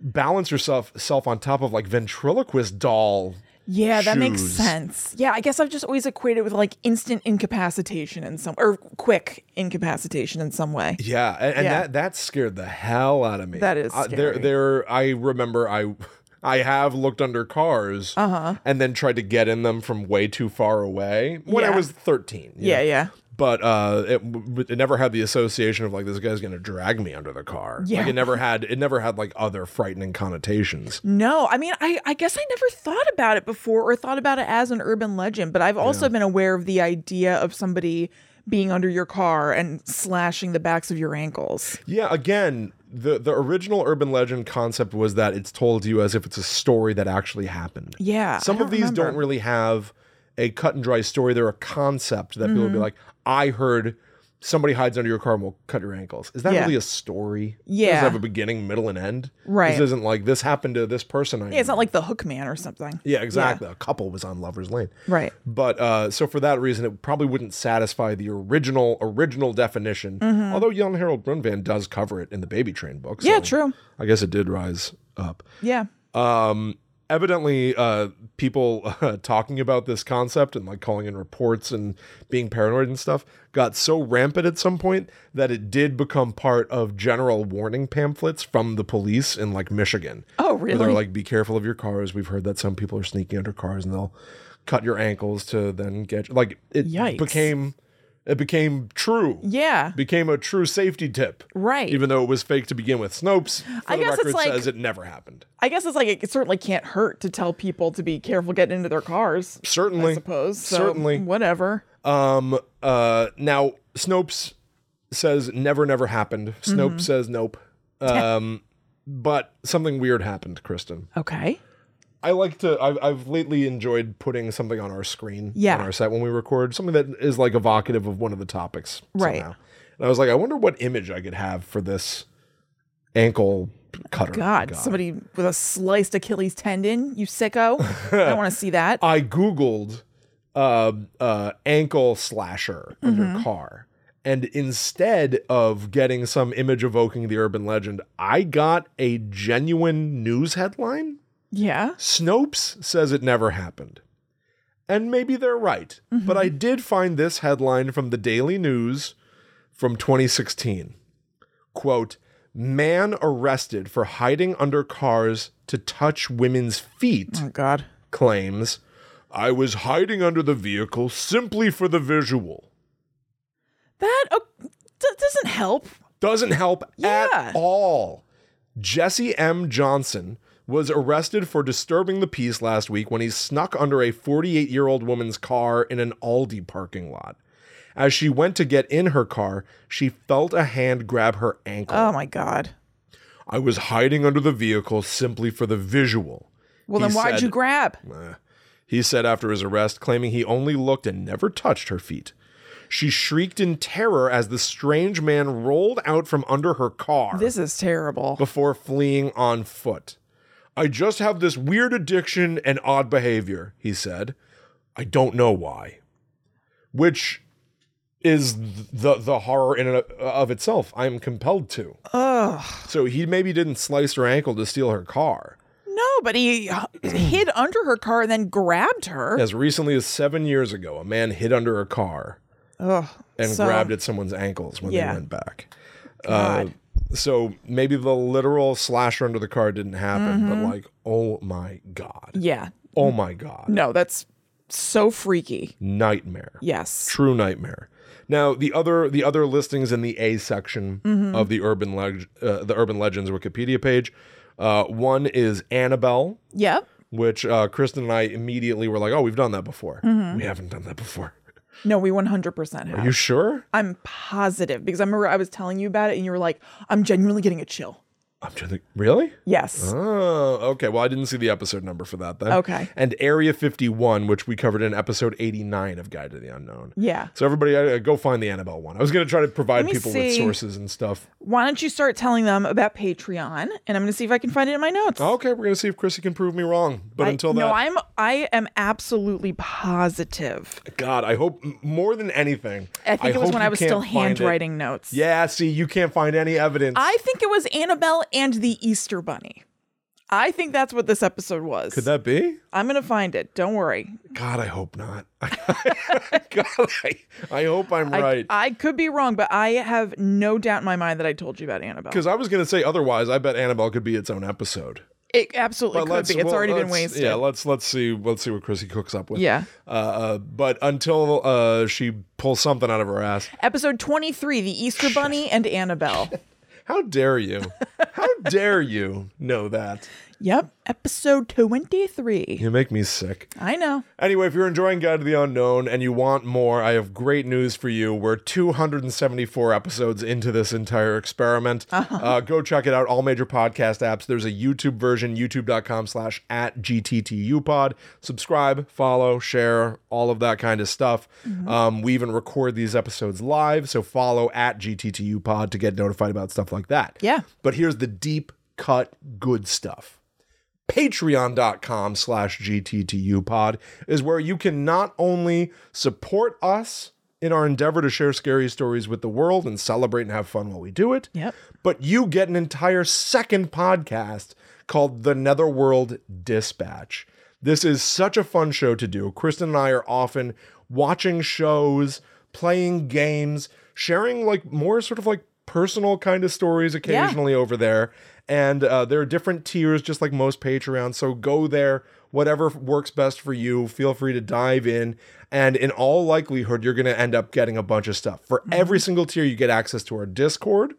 balance yourself self on top of like ventriloquist doll. Yeah, that makes shoes. sense. Yeah, I guess I've just always equated it with like instant incapacitation in some or quick incapacitation in some way. Yeah, and, and Yeah. that that scared the hell out of me. That is Uh, there. scary. There, I remember I. I have looked under cars Uh-huh. and then tried to get in them from way too far away when I Yeah. was 13. you Yeah, know? yeah. but uh, it, w- it never had the association of like this guy's gonna drag me under the car. Yeah. Like it never had it never had like other frightening connotations. No, I mean, I, I guess I never thought about it before or thought about it as an urban legend, but I've also been aware of the idea of somebody being under your car and slashing the backs of your ankles. Yeah, again, the the original urban legend concept was that it's told to you as if it's a story that actually happened. Yeah, I Some of don't these don't remember. really have a cut and dry story. They're a concept that people would be Mm-hmm. like, I heard somebody hides under your car and will cut your ankles. Is that Yeah. really a story? It Yeah. doesn't have a beginning, middle, and end. This Right. isn't like this happened to this person. I It's not like the hook man or something. Yeah, exactly. A couple was on Lover's Lane. Right. But uh, so for that reason, it probably wouldn't satisfy the original original definition. Although Jan Harold Brundtland does cover it in the Baby Train book. Mm-hmm. Yeah, so true. I guess it did rise up. Um, Yeah. Evidently, uh, people uh, talking about this concept and like calling in reports and being paranoid and stuff got so rampant at some point that it did become part of general warning pamphlets from the police in like Michigan. Oh, Where they're really? like, be careful of your cars. We've heard that some people are sneaking under cars and they'll cut your ankles to then get you. Like it Yikes. became, it became true. Yeah. Became a true safety tip. Right. Even though it was fake to begin with. Snopes, for I the guess it's record, like- says it never happened. I guess it's like it certainly can't hurt to tell people to be careful getting into their cars. Certainly. I suppose. So, Certainly. Whatever. Um, uh, now, Snopes says never, never happened. Mm-hmm. Snopes says nope. Um, but something weird happened, Kristen. Okay. I like to. I've, I've lately enjoyed putting something on our screen, Yeah. on our set when we record something that is like evocative of one of the topics, Right. somehow. And I was like, I wonder what image I could have for this ankle cutter. God, guy. somebody with a sliced Achilles tendon, you sicko. I don't want to see that. I googled uh, uh, ankle slasher Mm-hmm. under car, and instead of getting some image evoking the urban legend, I got a genuine news headline. Yeah. Snopes says it never happened. And maybe they're right, but I did find this headline from the Daily News from 2016. Quote, Man arrested for hiding under cars to touch women's feet Oh, God. claims I was hiding under the vehicle simply for the visual. That uh, d- doesn't help. Doesn't help Yeah. at all. Jesse M. Johnson was arrested for disturbing the peace last week when he snuck under a 48 year old woman's car in an Aldi parking lot. As she went to get in her car, she felt a hand grab her ankle. Oh my god. I was hiding under the vehicle simply for the visual. Well, He then why'd said- you grab? He said after his arrest, claiming he only looked and never touched her feet. She shrieked in terror as the strange man rolled out from under her car This is terrible. before fleeing on foot. I just have this weird addiction and odd behavior, he said. I don't know why. Which is the the horror in and of- of itself. I am compelled to. So he maybe didn't slice her ankle to steal her car. No, but he h- hid under her car and then grabbed her. As recently as seven years ago, a man hid under a car Ugh. and So- grabbed at someone's ankles when Yeah. they went back. Uh, God. So maybe the literal slasher under the car didn't happen, Mm-hmm. but like, oh my God. yeah. Oh my God. No, that's so freaky. Nightmare. Yes. True nightmare. Now the other the other listings in the A section Mm-hmm. of the urban leg- uh, the urban legends Wikipedia page. Uh, one is Annabelle, Yep. which uh, Kristen and I immediately were like, "Oh, we've done that before. Mm-hmm. We haven't done that before. No, we 100% have. Are you sure? I'm positive because I remember I was telling you about it and you were like, I'm genuinely getting a chill. I'm trying to think- really." Yes. Oh, okay. Well, I didn't see the episode number for that then. Okay. And Area 51, which we covered in episode 89 of Guide to the Unknown. Yeah. So everybody, uh, go find the Annabelle one. I was going to try to provide me people with see. sources and stuff. Why don't you start telling them about Patreon and I'm going to see if I can find it in my notes. Okay, we're going to see if Chrissy can prove me wrong. Oh, But I- until No, then, I'm I am absolutely positive. God, I hope m- more than anything. I think it was hope when you I was can't still find it. handwriting notes. Yeah, see, you can't find any evidence. I think it was Annabelle and the Easter Bunny. I think that's what this episode was. Could that be? I'm gonna find it. Don't worry. God, I hope not. God, I, I hope I'm I, right. I could be wrong, but I have no doubt in my mind that I told you about Annabelle. Because I was going to say otherwise, I bet Annabelle could be its own episode. It absolutely But could be. It's well, already been let's- wasted. Yeah, let's let's see let's see what Chrissy cooks up with. Yeah. Uh, uh, but until uh, she pulls something out of her ass, Episode 23, The Easter Bunny and Annabelle. how dare you? how dare you know that? yep. Episode 23. You make me sick. I know. Anyway, if you're enjoying Guide to the Unknown and you want more, I have great news for you. We're 274 episodes into this entire experiment. Uh-huh. go check it out, all major podcast apps. There's a YouTube version, youtube.com slash at GTTUpod. Subscribe, follow, share, all of that kind of stuff. Um, we even record these episodes live, so follow at GTTUpod to get notified about stuff like that. Yeah. But here's the deep cut good stuff patreon.com slash gttupod is where you can not only support us in our endeavor to share scary stories with the world and celebrate and have fun while we do it Yep. but you get an entire second podcast called the netherworld dispatch this is such a fun show to do kristen and i are often watching shows playing games sharing like more sort of like personal kind of stories occasionally occasionally over there. And uh, there are different tiers, just like most Patreon. So go there, whatever works best for you. Feel free to dive in. And in all likelihood, you're going to end up getting a bunch of stuff. For every single tier, you get access to our Discord.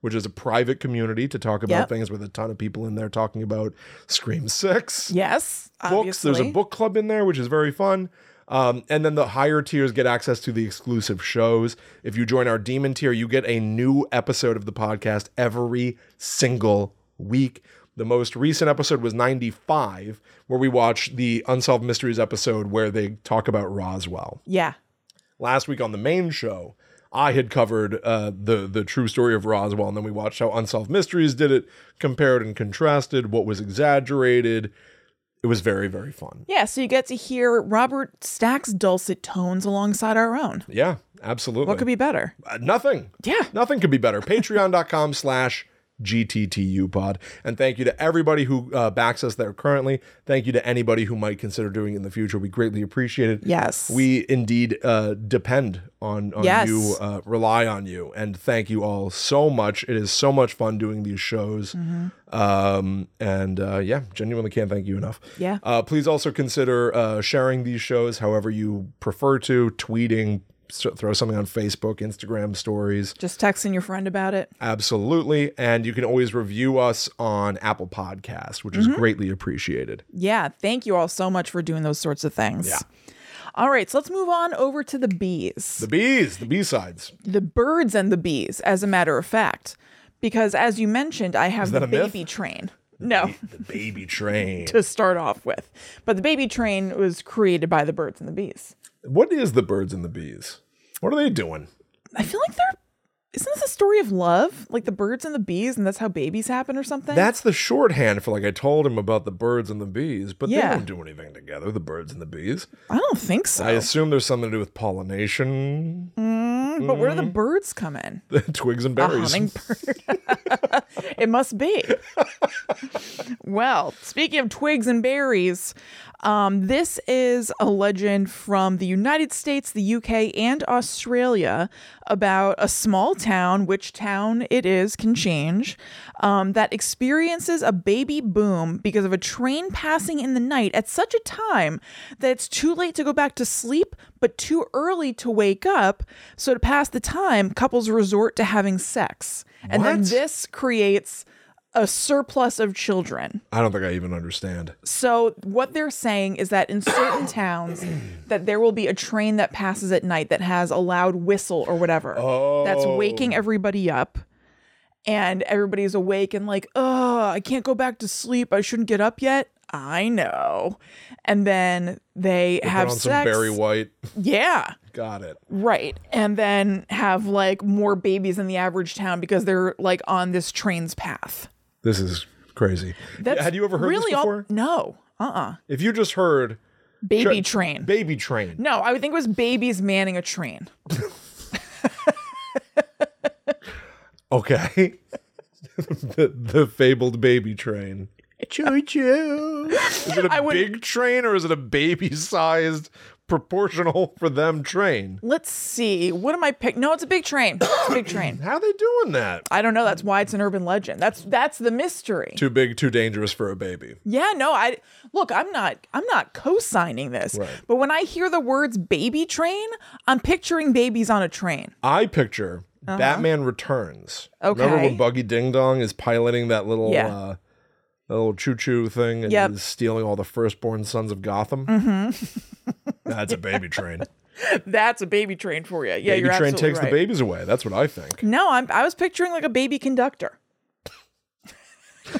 Which is a private community to talk about Yep. things with a ton of people in there talking about Scream Six Yes. books. There's a obviously. book club in there, which is very fun. Um, and then the higher tiers get access to the exclusive shows. If you join our demon tier, you get a new episode of the podcast every single week. The most recent episode was 95, where we watched the Unsolved Mysteries episode where they talk about Roswell Yeah. last week on the main show, I had covered uh, the the true story of Roswell, and then we watched how Unsolved Mysteries did it, compared and contrasted what was exaggerated. It was very very fun. Yeah. So you get to hear Robert Stack's dulcet tones alongside our own. Yeah, absolutely. What could be better? Uh, nothing. Yeah. Nothing could be better. Patreon.com slash GTTU pod. And thank you to everybody who uh, backs us there currently. Thank you to anybody who might consider doing it in the future. We greatly appreciate it. Yes. We indeed uh, depend on, on Yes. you, uh, rely on you. And thank you all so much. It is so much fun doing these shows. Mm-hmm. Um, and uh, yeah, genuinely can't thank you enough. Yeah. Uh, please also consider uh, sharing these shows however you prefer to, tweeting, s- throw something on Facebook, Instagram stories. Just texting your friend about it. Absolutely. And you can always review us on Apple Podcast, which Mm-hmm. is greatly appreciated. Yeah, thank you all so much for doing those sorts of things. Yeah. All right, so let's move on over to the bees, The bees, the B-sides. the, birds and the bees, as a matter of fact, because as you mentioned, I have that the a myth? baby train. No, The baby train. to start off with, but the baby train was created by the birds and the bees. what is the birds and the bees? What are they doing? I feel like they're isn't this a story of love, like the birds and the bees, and that's how babies happen or something? That's the shorthand for like I told him about the birds and the bees, but Yeah. they don't do anything together, the birds and the bees. I don't think so. I assume there's something to do with pollination, but where do the birds come in? the twigs and A berries. hummingbird. it must be. well, speaking of twigs and berries, um, this is a legend from the United States, the UK, and Australia about a small town, which town it is can change, um, that experiences a baby boom because of a train passing in the night at such a time that it's too late to go back to sleep, but too early to wake up. So, to pass the time, couples resort to having sex. And then What? this creates a surplus of children. I don't think I even understand. So what they're saying is that in certain towns that there will be a train that passes at night that has a loud whistle or whatever that's Oh. waking everybody up and everybody's awake and like, "Oh, I can't go back to sleep. I shouldn't get up yet." I know. And then they, have Put on some sex. Barry White. yeah. Got it. Right. And then have like more babies in the average town because they're like on this train's path. This is crazy. That's Had you ever heard really this all- before? no. Uh-uh. If you just heard Baby train. baby train, No, I would think it was babies manning a train. okay, the, the fabled baby train. Choo choo. Is it a I would- big train or is it a baby sized proportional for them train? Let's see. What am I pick? No, it's a big train. It's a big train. How are they doing that? I don't know. That's why it's an urban legend. That's that's the mystery. Too big, too dangerous for a baby. Yeah, no, I look, I'm not I'm not co-signing this. Right. But when I hear the words baby train, I'm picturing babies on a train. I picture Batman Returns. Remember Uh-huh. Okay. when Buggy Ding Dong is piloting that little Yeah. uh, that little choo choo thing and Yep. he's stealing all the firstborn sons of Gotham? Mm-hmm. That's a baby train. That's a baby train for you. Yeah, baby you're train absolutely takes right. the babies away. That's what I think. No, I'm I was picturing like a baby conductor.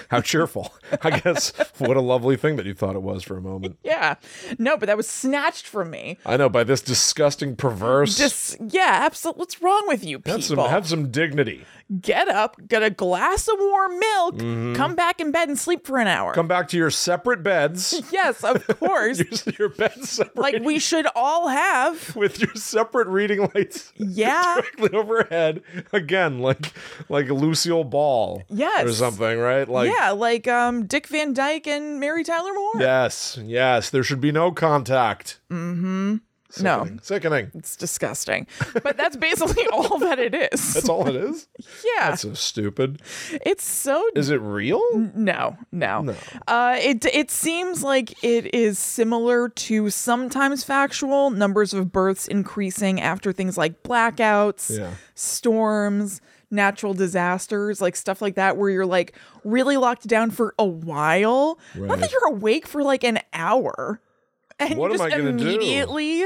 How cheerful. I guess what a lovely thing that you thought it was for a moment. Yeah. No, but that was snatched from me. I know by this disgusting perverse Just yeah, absolutely. What's wrong with you people? have some have some dignity. get up, get a glass of warm milk, come back in bed and sleep for an hour. Mm-hmm. Come back to your separate beds. yes, of course. Your- your beds separate like we should all have. with your separate reading lights. Yeah. directly overhead again, like like Lucille Ball, Yes. or something, right? Like, yeah, like um Dick Van Dyke and Mary Tyler Moore. yes, yes, there should be no contact. Mm-hmm. No. Sickening. sickening. It's disgusting. But that's basically all that it is. That's all it is. yeah. That's so stupid. it's so Is it real? No, no. Uh, it it seems like it is similar to sometimes factual numbers of births increasing after things like blackouts, Yeah. storms, natural disasters, like stuff like that, where you're like really locked down for a while. Not Right. that you're awake for like an hour, and What am you just I gonna do? immediately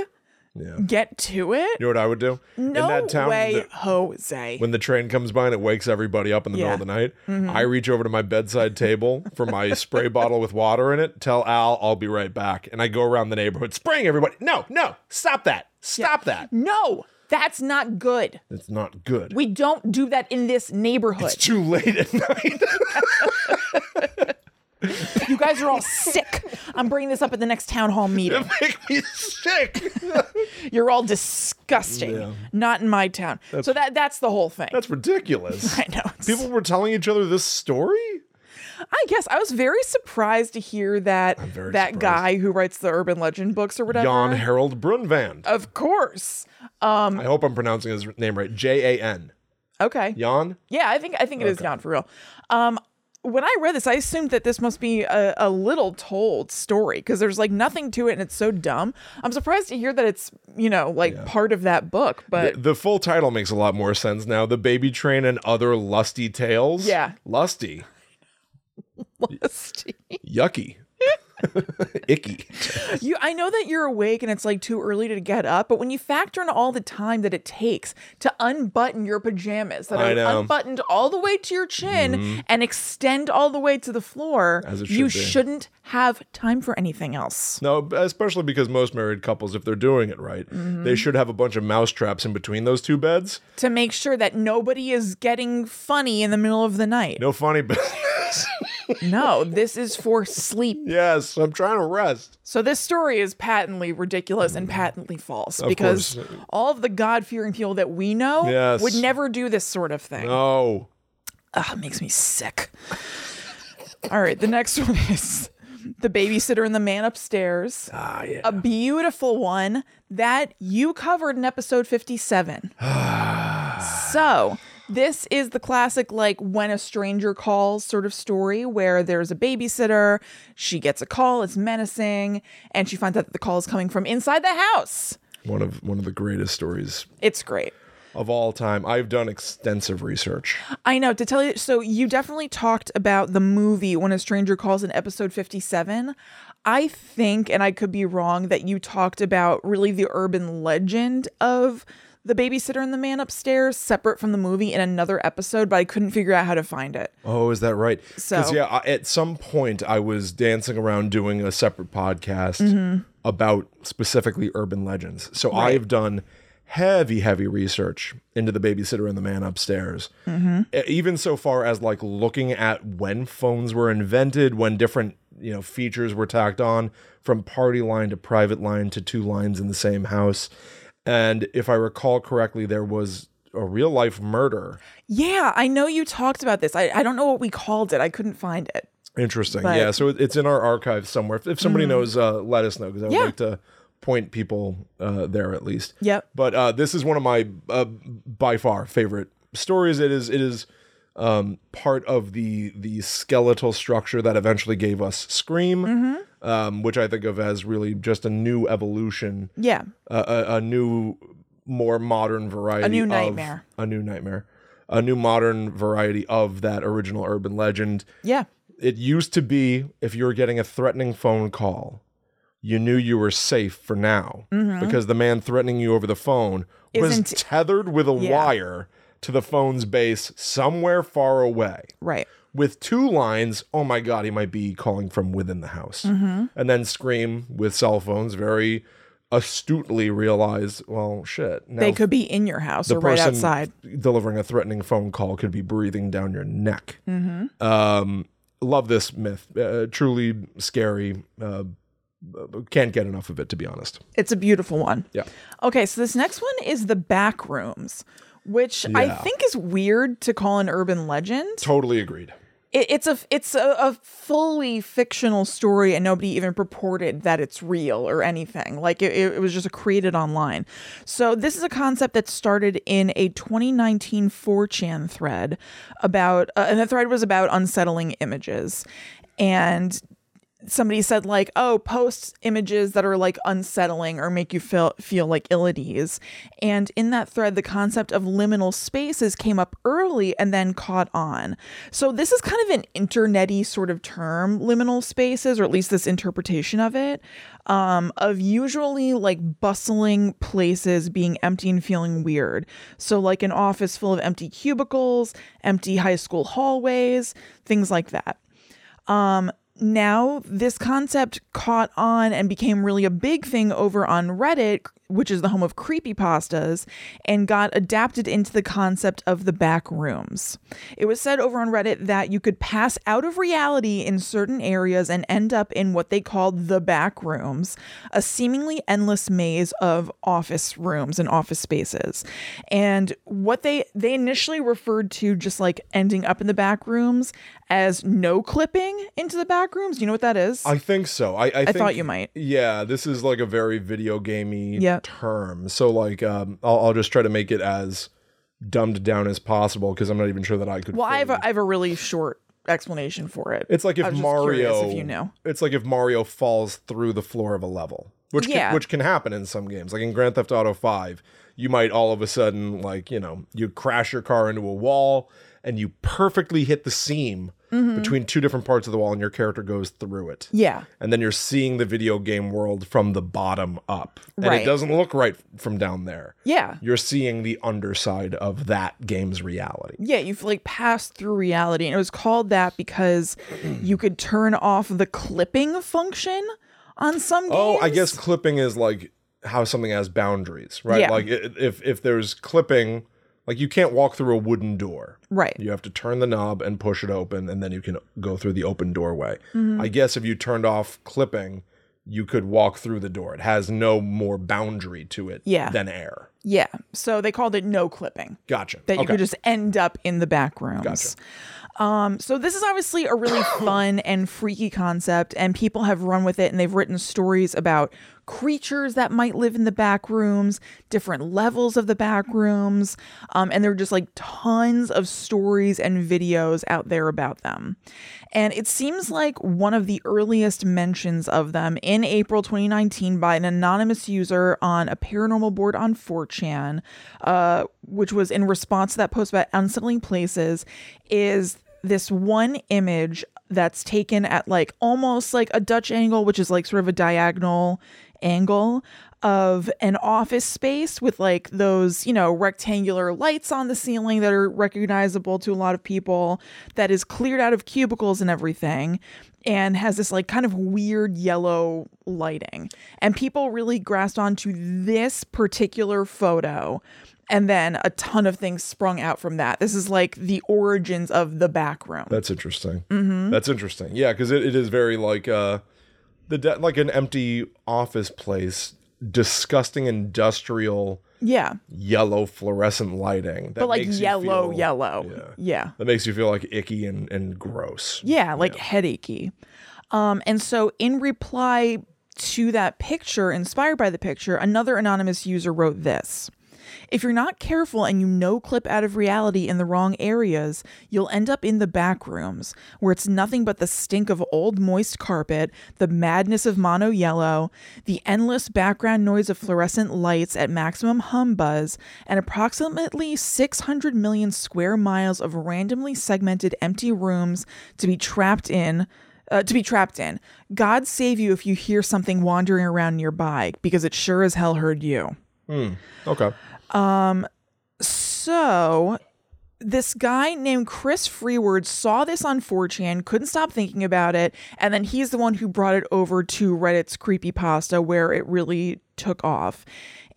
Yeah. get to it. You know what I would do No in that town way, that- Jose. when the train comes by and it wakes everybody up in the Yeah. Mm-hmm. middle of the night. I reach over to my bedside table for my spray bottle with water in it. Tell Al I'll be right back, and I go around the neighborhood spraying everybody. No, no, stop that! Stop that! no, that's not good. It's not good. We don't do that in this neighborhood. It's too late at night. You guys guys are all sick. I'm bringing this up at the next town hall meeting. Make me sick. You're all disgusting. Yeah. Not in my town. so that that's the whole thing. That's ridiculous. I know. it's- People were telling each other this story? I guess I was very surprised to hear that very that surprised. guy who writes the urban legend books or whatever. Jan Harold Brunvand. Of course. Um, I hope I'm pronouncing his name right. J A N. Okay. Jan? Yeah, I think I think it is down for real. Um, when I read this, I assumed that this must be a, a little told story because there's like nothing to it and it's so dumb. I'm surprised to hear that it's you know like part of that book, but The full title makes a lot more sense now. The Baby Train and Other Lusty Tales. Yeah. Lusty. Steve, Yucky. Icky. you I know that you're awake and it's like too early to get up, but when you factor in all the time that it takes to unbutton your pajamas that I are know. Mm-hmm. unbuttoned all the way to your chin and extend all the way to the floor, As it you should be. shouldn't have time for anything else. No, especially because most married couples, if they're doing it right, they should have a bunch of mouse traps in between those two beds. to make sure that nobody is getting funny in the middle of the night. No funny business. No, this is for sleep. yes, I'm trying to rest. So this story is patently ridiculous and patently false because Mm-hmm. course. all of the God-fearing people that we know Yes. would never do this sort of thing. No. Ugh, Ah, it makes me sick. all right, the next one is The Babysitter and the Man Upstairs. Ah, yeah. A beautiful one that you covered in episode 57. Ah. so, this is the classic, like, when a stranger calls sort of story where there's a babysitter, she gets a call, it's menacing, and she finds out that the call is coming from inside the house. One of one of the greatest stories It's great. of all time. I've done extensive research. I know to tell you. So you definitely talked about the movie when a stranger calls in episode fifty-seven. I think, and I could be wrong, that you talked about really the urban legend of the babysitter and the man upstairs, separate from the movie, in another episode. But I couldn't figure out how to find it. Oh, is that right? So- yeah, I, at some point I was dancing around doing a separate podcast about specifically urban legends. So I've done heavy, heavy research into the babysitter and the man upstairs, E- even so far as like looking at when phones were invented, when different you know features were tacked on from party line to private line to two lines in the same house. And if I recall correctly, there was a real life murder. Yeah, I know you talked about this. I, I don't know what we called it. I couldn't find it. Interesting. yeah. So it- it's in our archives somewhere. If, if somebody knows, uh, let us know because I would Mm-hmm. Yeah. like to point people uh, there at least. Yep. But uh, this is one of my uh, by far favorite stories. It is it is um, part of the the skeletal structure that eventually gave us Scream, Mm-hmm. um, which I think of as really just a new evolution Yeah, a, a, a new, more modern variety. new of- nightmare. a new nightmare. A new modern variety of that original urban legend. yeah, It used to be if you were getting a threatening phone call, you knew you were safe for now because the man threatening you over the phone was Mm-hmm. Isn't- tethered with a Yeah. wire to the phone's base somewhere far away right. with two lines, oh my God, he might be calling from within the house. Mm-hmm. And then Scream with cell phones very astutely realized, well, shit. Now They could be in your house or right person outside. delivering a threatening phone call could be breathing down your neck. Mm-hmm. Um, love this myth. Uh, truly scary. Uh, can't get enough of it, to be honest. It's a beautiful one. Yeah. Okay, so this next one is the back rooms, which I Yeah. think is weird to call an urban legend. Totally agreed. It, it's a it's a, a fully fictional story, and nobody even purported that it's real or anything. Like it, it was just created online. So this is a concept that started in a 2019 4chan thread about, uh, and the thread was about unsettling images, and somebody said like oh post images that are like unsettling or make you feel feel like ill at ease and in that thread the concept of liminal spaces came up early and then caught on so this is kind of an internety sort of term liminal spaces or at least this interpretation of it um, of usually like bustling places being empty and feeling weird so like an office full of empty cubicles empty high school hallways things like that Um, now this concept caught on and became really a big thing over on Reddit which is the home of creepypastas, and got adapted into the concept of the back rooms. It was said over on Reddit that you could pass out of reality in certain areas and end up in what they called the back rooms, a seemingly endless maze of office rooms and office spaces. And what they they initially referred to just like ending up in the back rooms as no clipping into the back rooms. You know what that is? I think so. I I, think, thought you might. Yeah, this is like a very video gamey Yeah. term. So like, um, I'll, I'll just try to make it as dumbed down as possible because I'm not even sure that I could. Well, I have, fully- a, I have a really short explanation for it. it's like I if was just curious Mario, if you know. it's like if Mario falls through the floor of a level, which Yeah. can, which can happen in some games. Like in Grand Theft Auto Five, you might all of a sudden like you know you crash your car into a wall and you perfectly hit the seam Mm-hmm. between two different parts of the wall, and your character goes through it. Yeah. and then you're seeing the video game world from the bottom up. And Right. it doesn't look right from down there. Yeah. You're seeing the underside of that game's reality. Yeah, you've like passed through reality. And it was called that because you could turn off the clipping function on some games. Oh, I guess clipping is like how something has boundaries, right? Yeah. Like i- if if there's clipping, like you can't walk through a wooden door. Right. You have to turn the knob and push it open and then you can go through the open doorway. Mm-hmm. I guess if you turned off clipping, you could walk through the door. It has no more boundary to it Yeah. than air. Yeah. So they called it no clipping. Gotcha. that you okay. could just end up in the back rooms. Um, so this is obviously a really fun and freaky concept, and people have run with it, and they've written stories about creatures that might live in the back rooms, different levels of the back rooms, um, and there are just like tons of stories and videos out there about them. And it seems like one of the earliest mentions of them in April 2019 by an anonymous user on a paranormal board on 4chan, uh, which was in response to that post about unsettling places, is this one image that's taken at like almost like a Dutch angle, which is like sort of a diagonal angle of an office space with like those, you know, rectangular lights on the ceiling that are recognizable to a lot of people that is cleared out of cubicles and everything and has this like kind of weird yellow lighting. And people really grasped onto this particular photo and then a ton of things sprung out from that. This is like the origins of the back room. That's interesting. Mm-hmm. That's interesting. Yeah, because it, it is very like uh, the de- like an empty office place, disgusting industrial yeah. yellow fluorescent lighting. That But like makes you yellow, feel- yellow. yeah. That makes you feel like icky and and gross. Yeah, like headachy. Um, and so in reply to that picture, inspired by the picture, another anonymous user wrote this. If you're not careful and you no clip out of reality in the wrong areas, you'll end up in the back rooms where it's nothing but the stink of old moist carpet, the madness of mono yellow, the endless background noise of fluorescent lights at maximum hum buzz, and approximately 600 million square miles of randomly segmented empty rooms to be trapped in. Uh, to be trapped in. God save you if you hear something wandering around nearby, because it sure as hell heard you. Okay. So this guy named Chris Freeward saw this on 4chan, couldn't stop thinking about it, and then he's the one who brought it over to Reddit's creepypasta where it really took off.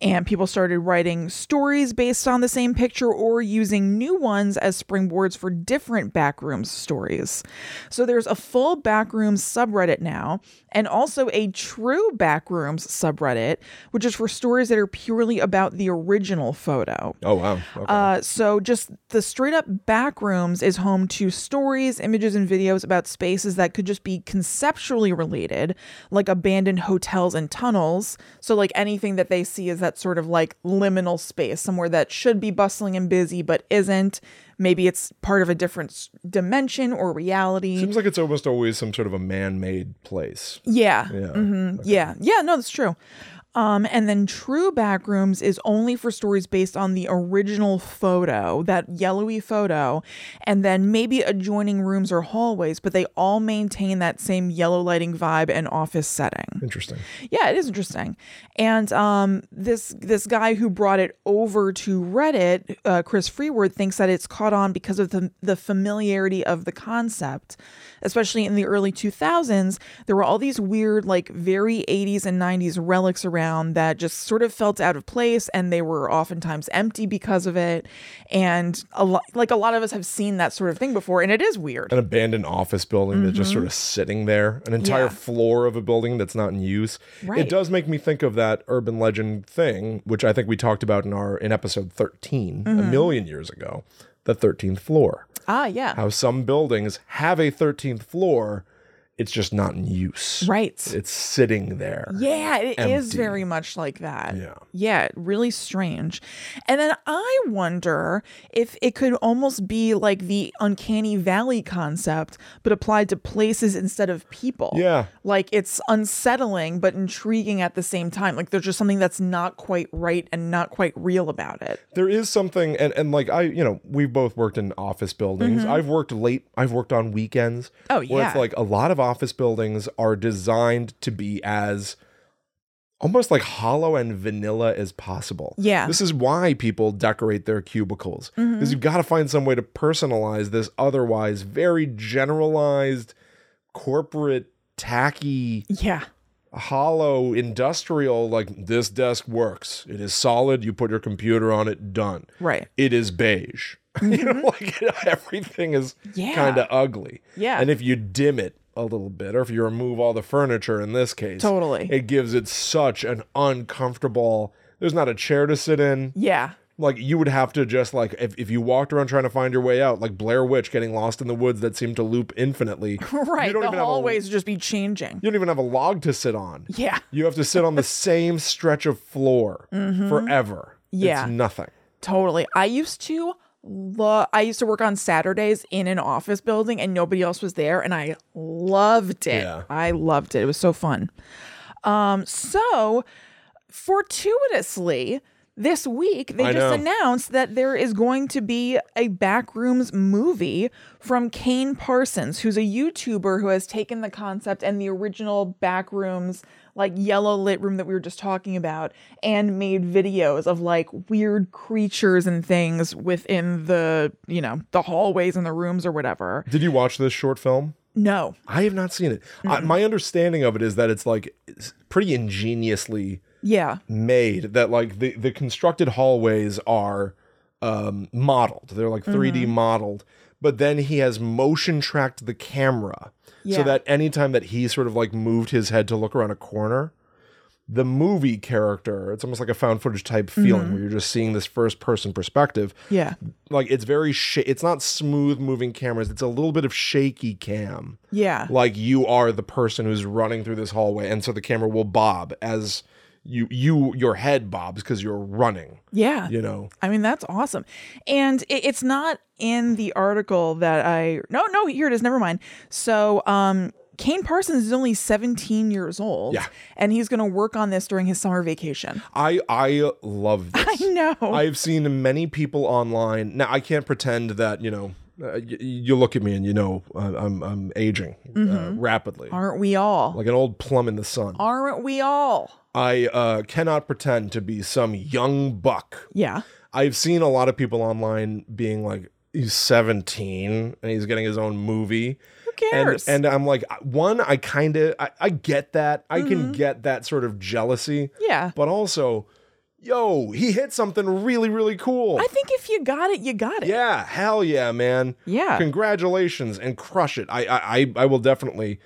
And people started writing stories based on the same picture or using new ones as springboards for different backrooms stories. So there's a full backrooms subreddit now, and also a true backrooms subreddit, which is for stories that are purely about the original photo. Oh wow. Okay. Uh, so just the straight up back rooms is home to stories, images, and videos about spaces that could just be conceptually related, like abandoned hotels and tunnels. So like anything that they see is that sort of like liminal space, somewhere that should be bustling and busy but isn't. Maybe it's part of a different s- dimension or reality. Seems like it's almost always some sort of a man-made place. Yeah. Yeah. Mhm. Yeah. Yeah. No, that's true. Um, and then True Backrooms is only for stories based on the original photo, that yellowy photo, and then maybe adjoining rooms or hallways, but they all maintain that same yellow lighting vibe and office setting Interesting. yeah, it is interesting. And um, this this guy who brought it over to Reddit, uh, Chris Freeward, thinks that it's caught on because of the the familiarity of the concept, especially in the early 2000s. There were all these weird, like very 80s and 90s relics around around that just sort of felt out of place and they were oftentimes empty because of it. And a lot, like a lot of us have seen that sort of thing before, and it is weird. An abandoned office building that's just sort of sitting there, an entire Mm-hmm. Yeah. floor of a building that's not in use. It Right. does make me think of that urban legend thing, which I think we talked about in our in episode 13 Mm-hmm. a million years ago, the 13th floor. Ah, yeah. How some buildings have a 13th floor, it's just not in use. right. It's sitting there. Yeah, it is empty. very much like that. Yeah. Yeah, really strange. And then I wonder if it could almost be like the uncanny valley concept, but applied to places instead of people. Yeah. Like it's unsettling, but intriguing at the same time. Like there's just something that's not quite right and not quite real about it. there is something and, and like i you know we've both worked in office buildings i've worked late i've worked on weekends Oh, where it's Mm-hmm. yeah. like a lot of office buildings are designed to be as almost like hollow and vanilla as possible Yeah. Mm-hmm. this is why people decorate their cubicles because you've got to find some way to personalize this otherwise very generalized corporate tacky Yeah. hollow industrial like this desk works it is solid you put your computer on it done Right. it is beige. you know, like everything is Mm-hmm. Yeah. kind of ugly. Yeah. And if you dim it a little bit, or if you remove all the furniture in this case, Totally. it gives it such an uncomfortable. There's not a chair to sit in. Yeah. Like you would have to just like if, if you walked around trying to find your way out, like Blair Witch getting lost in the woods that seemed to loop infinitely. Right. The even have a- hallways just be changing. You don't even have a log to sit on. Yeah. You have to sit on the same stretch of floor forever. Yeah. It's nothing. Totally. I used to love I used to work on Saturdays in an office building and nobody else was there and I loved it. Yeah. I loved it. It was so fun. Um so fortuitously this week they I just know. announced that there is going to be a backrooms movie from Kane Parsons, who's a YouTuber who has taken the concept and the original backrooms like yellow lit room that we were just talking about and made videos of like weird creatures and things within the, you know, the hallways and the rooms or whatever. Did you watch this short film? No. I have not seen it. I, my understanding of it is that it's like it's pretty ingeniously Yeah. made. That like the the constructed hallways are um, modeled. They're like 3D modeled. But then he has motion tracked the camera so Yeah. that anytime that he sort of like moved his head to look around a corner, the movie character, it's almost like a found footage type Mm-hmm. feeling where you're just seeing this first person perspective Yeah. like it's very sh- it's not smooth moving cameras it's a little bit of shaky cam Yeah. like you are the person who's running through this hallway and so the camera will bob as you you your head bobs because you're running Yeah. you know I mean, that's awesome. And it, it's not in the article that I. No, no, here it is. Never mind. So, um, Kane Parsons is only 17 years old. Yeah. And he's going to work on this during his summer vacation. i i love this I know. I've seen many people online. Now I can't pretend that you know. Uh, y- you look at me and you know uh, I'm I'm aging uh, Mm-hmm. rapidly, Aren't we all? like an old plum in the sun. Aren't we all? I uh, cannot pretend to be some young buck Yeah. I've seen a lot of people online being like, he's 17 and he's getting his own movie. Who And, cares? and I'm like, one, I kind of, I, I get that. I Mm-hmm. can get that sort of jealousy. yeah. But also, yo, he hit something really, really cool. I think if you got it, you got it. Uh. yeah, hell yeah, man. Yeah. Congratulations and crush it. I, I, I, I will definitely.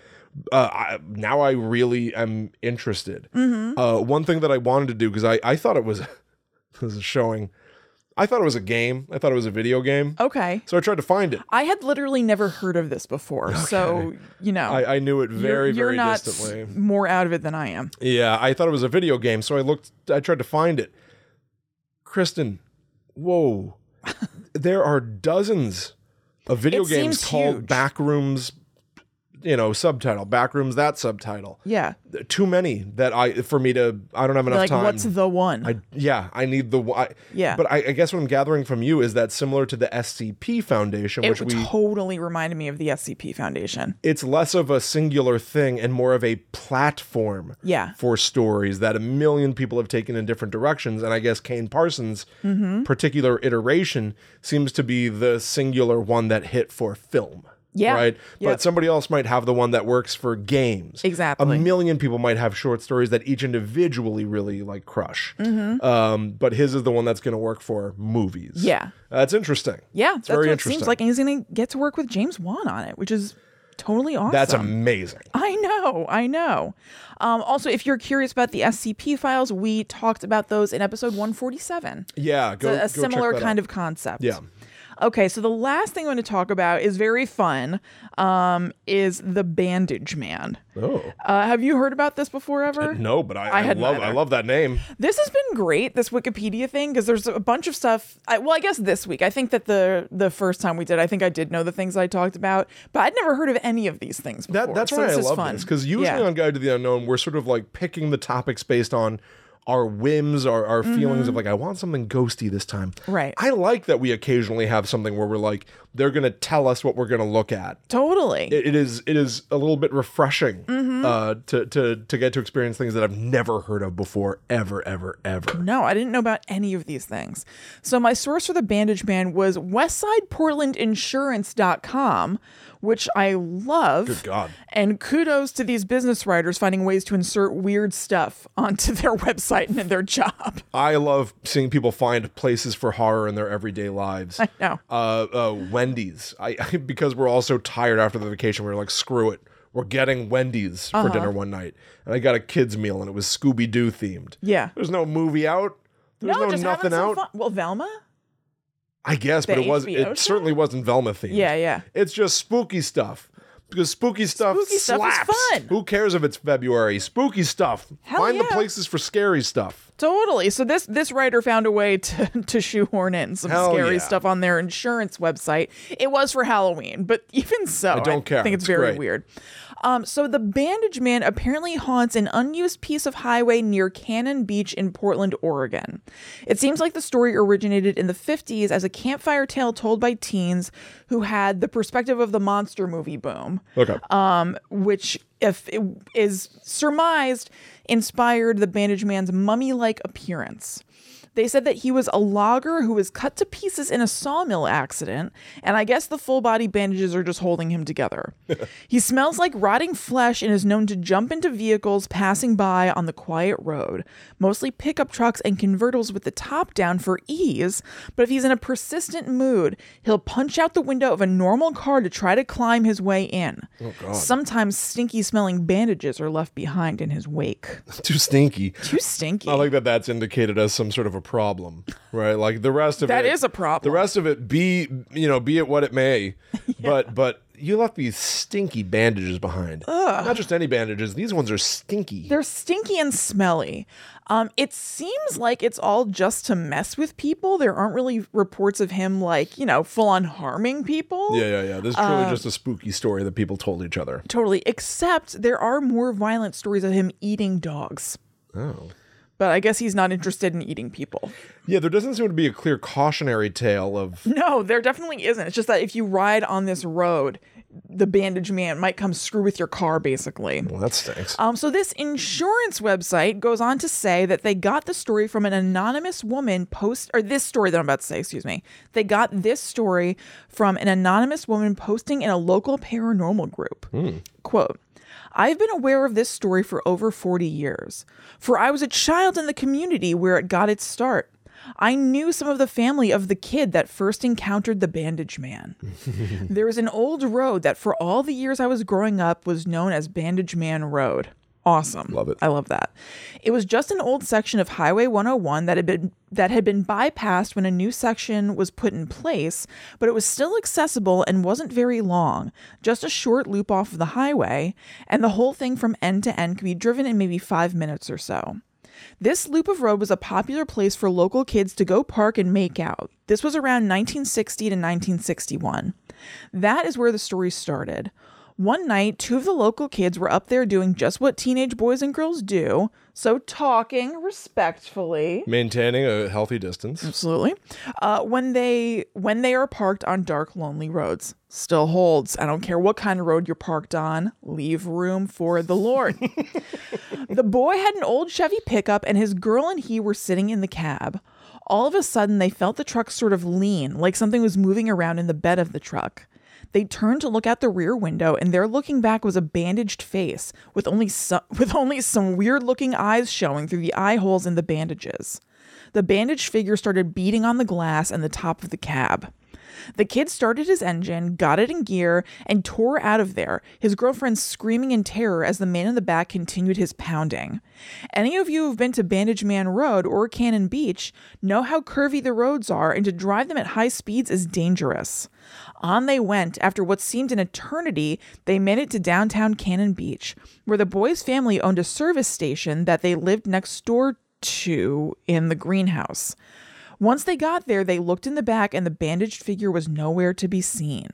Uh, I, now I really am interested. Mm-hmm. Uh, one thing that I wanted to do because I, I thought it was this is showing. I thought it was a game. I thought it was a video game. Okay. So I tried to find it. I had literally never heard of this before. So, you know, I, I knew it very, Oh. you're, you're very not s- distantly. more out of it than I am. Yeah, I thought it was a video game, so I looked. I tried to find it. Kristen, whoa, there are dozens of video It games seems called huge. Backrooms. You know, subtitle Backrooms. That subtitle. Yeah. Too many that I for me to. I don't have enough Like, time. what's the one? I, yeah, I need the. I, Yeah. but I, I guess what I'm gathering from you is that similar to the SCP Foundation, it which we totally reminded me of the SCP Foundation. it's less of a singular thing and more of a platform Yeah. for stories that a million people have taken in different directions. And I guess Kane Parsons' Mm-hmm. particular iteration seems to be the singular one that hit for film. Yeah. right? Yep. But somebody else might have the one that works for games. Exactly. A million people might have short stories that each individually really like crush. Mm-hmm. Um, but his is the one that's going to work for movies. Yeah. That's interesting. yeah, It's that's very what it interesting. seems like. And he's gonna get to work with James Wan on it, which is totally awesome. That's amazing. I know, I know. Um, also, if you're curious about the SCP files, we talked about those in episode 147. Yeah, go, a, a similar kind of concept. Yeah. Okay, so the last thing I'm going to talk about is very fun. Um, is the Bandage Man? of. Oh Uh, have you heard about this before ever? no, but I, I, hadn't love I either. love that name. This has been great. This Wikipedia thing because there's a bunch of stuff. I, well, I guess this week. I think that the the first time we did, I think I did know the things I talked about, but I'd never heard of any of these things before. That, that's so why this I is love fun. this because usually Yeah. on Guide to the Unknown, we're sort of like picking the topics based on our whims, our, our feelings of like, I want something ghosty this time. Mm-hmm. Right. I like that we occasionally have something where we're like, they're going to tell us what we're going to look at. totally. It, it is it is a little bit refreshing Mm-hmm. uh, to, to to get to experience things that I've never heard of before, ever, ever, ever. No, I didn't know about any of these things. So my source for the bandage man was westsideportlandinsurance.com, which I love. Good God. And kudos to these business writers finding ways to insert weird stuff onto their website and in their job. I love seeing people find places for horror in their everyday lives. I know. Uh, uh, Wendy's. I, I because we're all so tired after the vacation, we are like, screw it. We're getting Wendy's Uh-huh. for dinner one night, and I got a kids meal, and it was Scooby Doo themed. Yeah. There's no movie out. There's no, just having nothing some out. fun. Well, Velma? I guess, but The it was. HBO show? It certainly wasn't Velma themed. Yeah, yeah. It's just spooky stuff. Because spooky stuff Spooky stuff is slaps. fun. Who cares if it's February? Spooky stuff. Hell Find the yeah. places for scary stuff. Totally. So this this writer found a way to to shoehorn in some Hell scary yeah. stuff on their insurance website. It was for Halloween, but even so, I don't care. think it's, It's very great. weird. Um, so the Bandage Man apparently haunts an unused piece of highway near Cannon Beach in Portland, Oregon. It seems like the story originated in the 50s as a campfire tale told by teens who had the perspective of the monster movie boom Okay. um, which if it is surmised inspired the bandage man's mummy-like appearance they said that he was a logger who was cut to pieces in a sawmill accident and i guess the full body bandages are just holding him together he smells like rotting flesh and is known to jump into vehicles passing by on the quiet road mostly pickup trucks and convertibles with the top down for ease but if he's in a persistent mood he'll punch out the window of a normal car to try to climb his way in Oh, sometimes stinky smelling bandages are left behind in his wake Too stinky. too stinky I like that that's indicated as some sort of a problem, right? Like the rest of That it is a problem. The rest of it be, you know, be it what it may. But but you left these stinky bandages behind. Not just any bandages. These ones are stinky. They're stinky and smelly. Um, it seems like it's all just to mess with people. There aren't really reports of him, like, you know, full on harming people. yeah, yeah, yeah. This is truly Uh, just a spooky story that people told each other. Totally. Except there are more violent stories of him eating dogs. Oh. But I guess he's not interested in eating people. Yeah, there doesn't seem to be a clear cautionary tale of No, there definitely isn't. It's just that if you ride on this road, the bandage man might come screw with your car, basically. well, that stinks. Um, so this insurance website goes on to say that they got the story from an anonymous woman post or this story that I'm about to say, excuse me. They got this story from an anonymous woman posting in a local paranormal group. Quote I've been aware of this story for over 40 years, for I was a child in the community where it got its start. I knew some of the family of the kid that first encountered the bandage man. Mm. There is an old road that, for all the years I was growing up, was known as Bandage Man Road. Awesome. Love it. I love that. It was just an old section of Highway 101 that had been that had been bypassed when a new section was put in place, but it was still accessible and wasn't very long, just a short loop off of the highway, and the whole thing from end to end could be driven in maybe 5 minutes or so. This loop of road was a popular place for local kids to go park and make out. This was around 1960 to 1961. That is where the story started. One night, two of the local kids were up there doing just what teenage boys and girls do, so talking respectfully. Maintaining a healthy distance. Absolutely. Uh, when they when they are parked on dark, lonely roads, still holds. I don't care what kind of road you're parked on. Leave room for the Lord. the boy had an old Chevy pickup, and his girl and he were sitting in the cab. All of a sudden, they felt the truck sort of lean, like something was moving around in the bed of the truck. They turned to look out the rear window, and there looking back was a bandaged face with only some, with only some weird-looking eyes showing through the eye holes in the bandages. The bandaged figure started beating on the glass and the top of the cab. The kid started his engine, got it in gear, and tore out of there, his girlfriend screaming in terror as the man in the back continued his pounding. Any of you who've been to Bandage Man Road or Cannon Beach know how curvy the roads are, and to drive them at high speeds is dangerous. On they went. After what seemed an eternity, they made it to downtown Cannon Beach, where the boy's family owned a service station that they lived next door to in the greenhouse. Once they got there, they looked in the back and the bandaged figure was nowhere to be seen.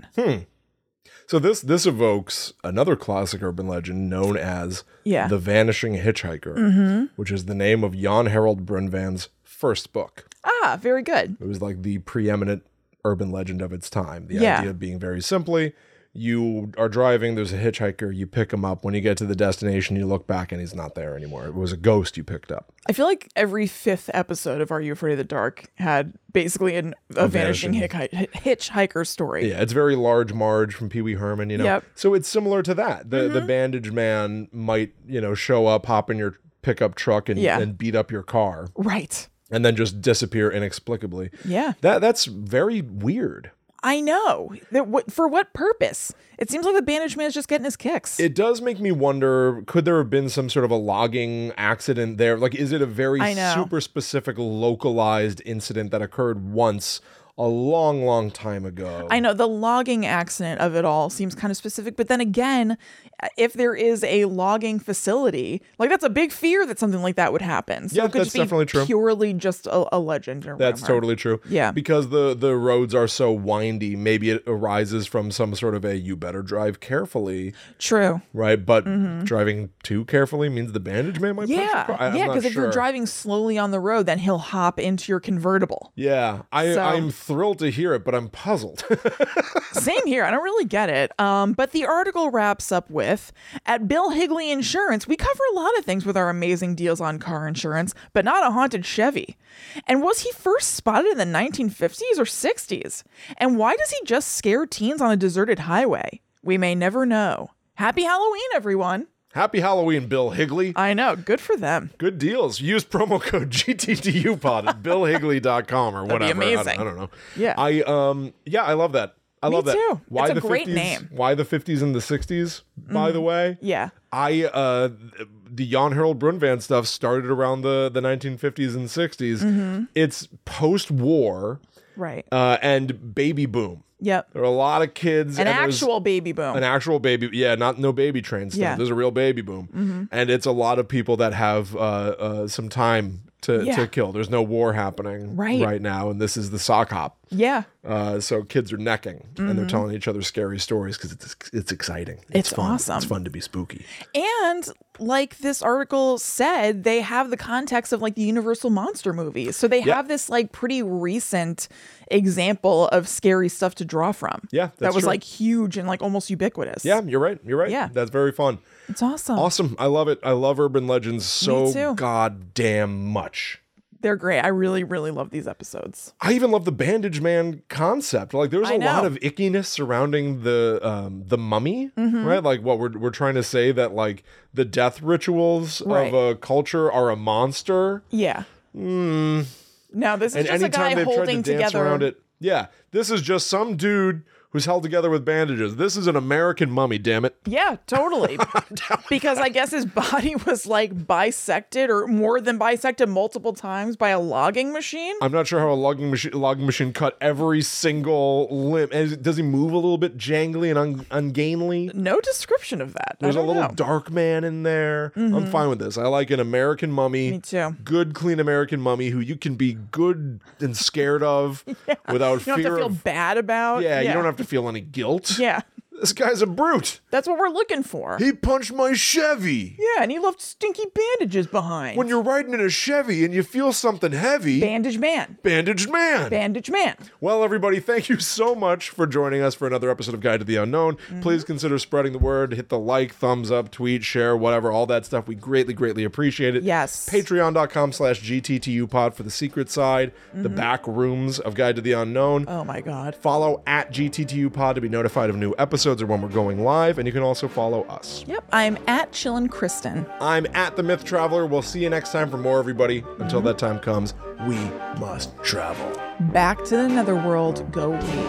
So this this evokes another classic urban legend known as Yeah. Mm-hmm. the Vanishing Hitchhiker, which is the name of Jan Harold Brundtland's first book. Ah, very good. It was like the preeminent urban legend of its time. The Yeah. idea being very simply, you are driving, there's a hitchhiker, you pick him up. When you get to the destination, you look back and he's not there anymore. It was a ghost you picked up. I feel like every fifth episode of Are You Afraid of the Dark had basically an, a vanishing hitchhi- hitchhiker story. Yeah, it's very large Marge from Pee Wee Herman, you know. Yep. Mm-hmm. So it's similar to that. The the bandage man might, you know, show up, hop in your pickup truck and, Yeah. and beat up your car Right. and then just disappear inexplicably. Yeah. That that's very weird. I know. That what for what purpose? It seems like the bandage man is just getting his kicks. It does make me wonder could there have been some sort of a logging accident there? Like, is it a very I know. super specific, localized incident that occurred once a long, long time ago? I know the logging accident of it all seems kind of specific, but then again, if there is a logging facility, like that's a big fear that something like that would happen. So Yeah, it could that's just be definitely true. purely just a, a legend or That's rumor. totally true. Yeah. Because the, the roads are so windy, maybe it arises from some sort of a you better drive carefully, true. right? But driving too carefully means the bandage man might punch your Mm-hmm. Yeah, car. I- I'm yeah. not Because if sure. you're driving slowly on the road, then he'll hop into your convertible. Yeah, I, So- I'm thrilled to hear it, but I'm puzzled. Same here. I don't really get it. Um, but the article wraps up with at Bill Higley Insurance, we cover a lot of things with our amazing deals on car insurance, but not a haunted Chevy. And was he first spotted in the 1950s or 60s? And why does he just scare teens on a deserted highway? We may never know. Happy Halloween, everyone. Happy Halloween, Bill Higley. I know. Good for them. Good deals. Use promo code GTTUPOD at billhigley.com or whatever. That'd be I, don't, amazing. I don't know. Yeah. I um yeah, I love that. I love that. too. Why It's a the great 50s, name. Mm-hmm. Why the 50s and the 60s, by the way? Yeah. I uh the Jan Harold Brundtland stuff started around the the 1950s and 60s. Mm-hmm. It's post-war Right. uh and baby boom. Yep. There are a lot of kids An and there's- actual baby boom. an actual baby yeah not no baby train stuff Yeah. Mm-hmm. there's a real baby boom and it's a lot of people that have uh, uh, some time to, Yeah. to kill there's no war happening Right. now and this is the sock hop yeah. uh, so kids are necking and they're telling each other scary stories because it's it's exciting Mm-hmm. It's fun awesome. it's fun to be spooky And like this article said, they have the context of like the Universal Monster movies. So they Yeah. have this like pretty recent example of scary stuff to draw from. Yeah, that that's was true. like huge and like almost ubiquitous. yeah you're right you're right Yeah. that's very fun It's awesome. awesome I love it I love urban legends so too. goddamn much They're great. I really, really love these episodes. I even love the bandage man concept. Like there's I a lot know. of ickiness surrounding the um the mummy, Mm-hmm. right? Like what we're we're trying to say that like the death rituals Right. of a culture are a monster. Yeah. No, this is Hmm. And just a anytime guy they've tried to holding dance together. around it. Yeah. This is just some dude who's held together with bandages. This is an American mummy, damn it. Yeah, totally. because I guess his body was like bisected or more than bisected multiple times by a logging machine. I'm not sure how a logging machine logging machine cut every single limb. And does he move a little bit jangly and un- ungainly? No description of that. I There's a don't little know. Mm-hmm. dark man in there. I'm fine with this. I like an American mummy. Me too. Good, clean American mummy who you can be good and scared of without You don't fear have to feel of. bad about. yeah, you don't have to feel any guilt. Yeah, This guy's a brute. That's what we're looking for. He punched my Chevy. yeah, and he left stinky bandages behind. When you're riding in a Chevy and you feel something heavy, bandage man. bandaged man. Bandage man. Well, everybody, thank you so much for joining us for another episode of Guide to the Unknown. Please consider spreading the word. Hit the like, thumbs up, tweet, share, whatever, all that stuff. We greatly, greatly appreciate it. Yes. Patreon.com slash GTTUpod for the secret side, the back rooms of Guide to the Unknown. Oh my god. follow at GTTUpod to be notified of new episodes or when we're going live. And you can also follow us. Yep, I'm at Chillin' Kristen. I'm at The Myth Traveler. We'll see you next time for more, everybody. Until that time comes, we must travel. Back to the netherworld, go we.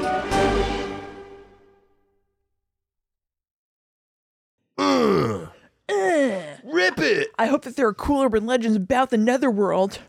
Rip it! I hope that there are cool urban legends about the netherworld.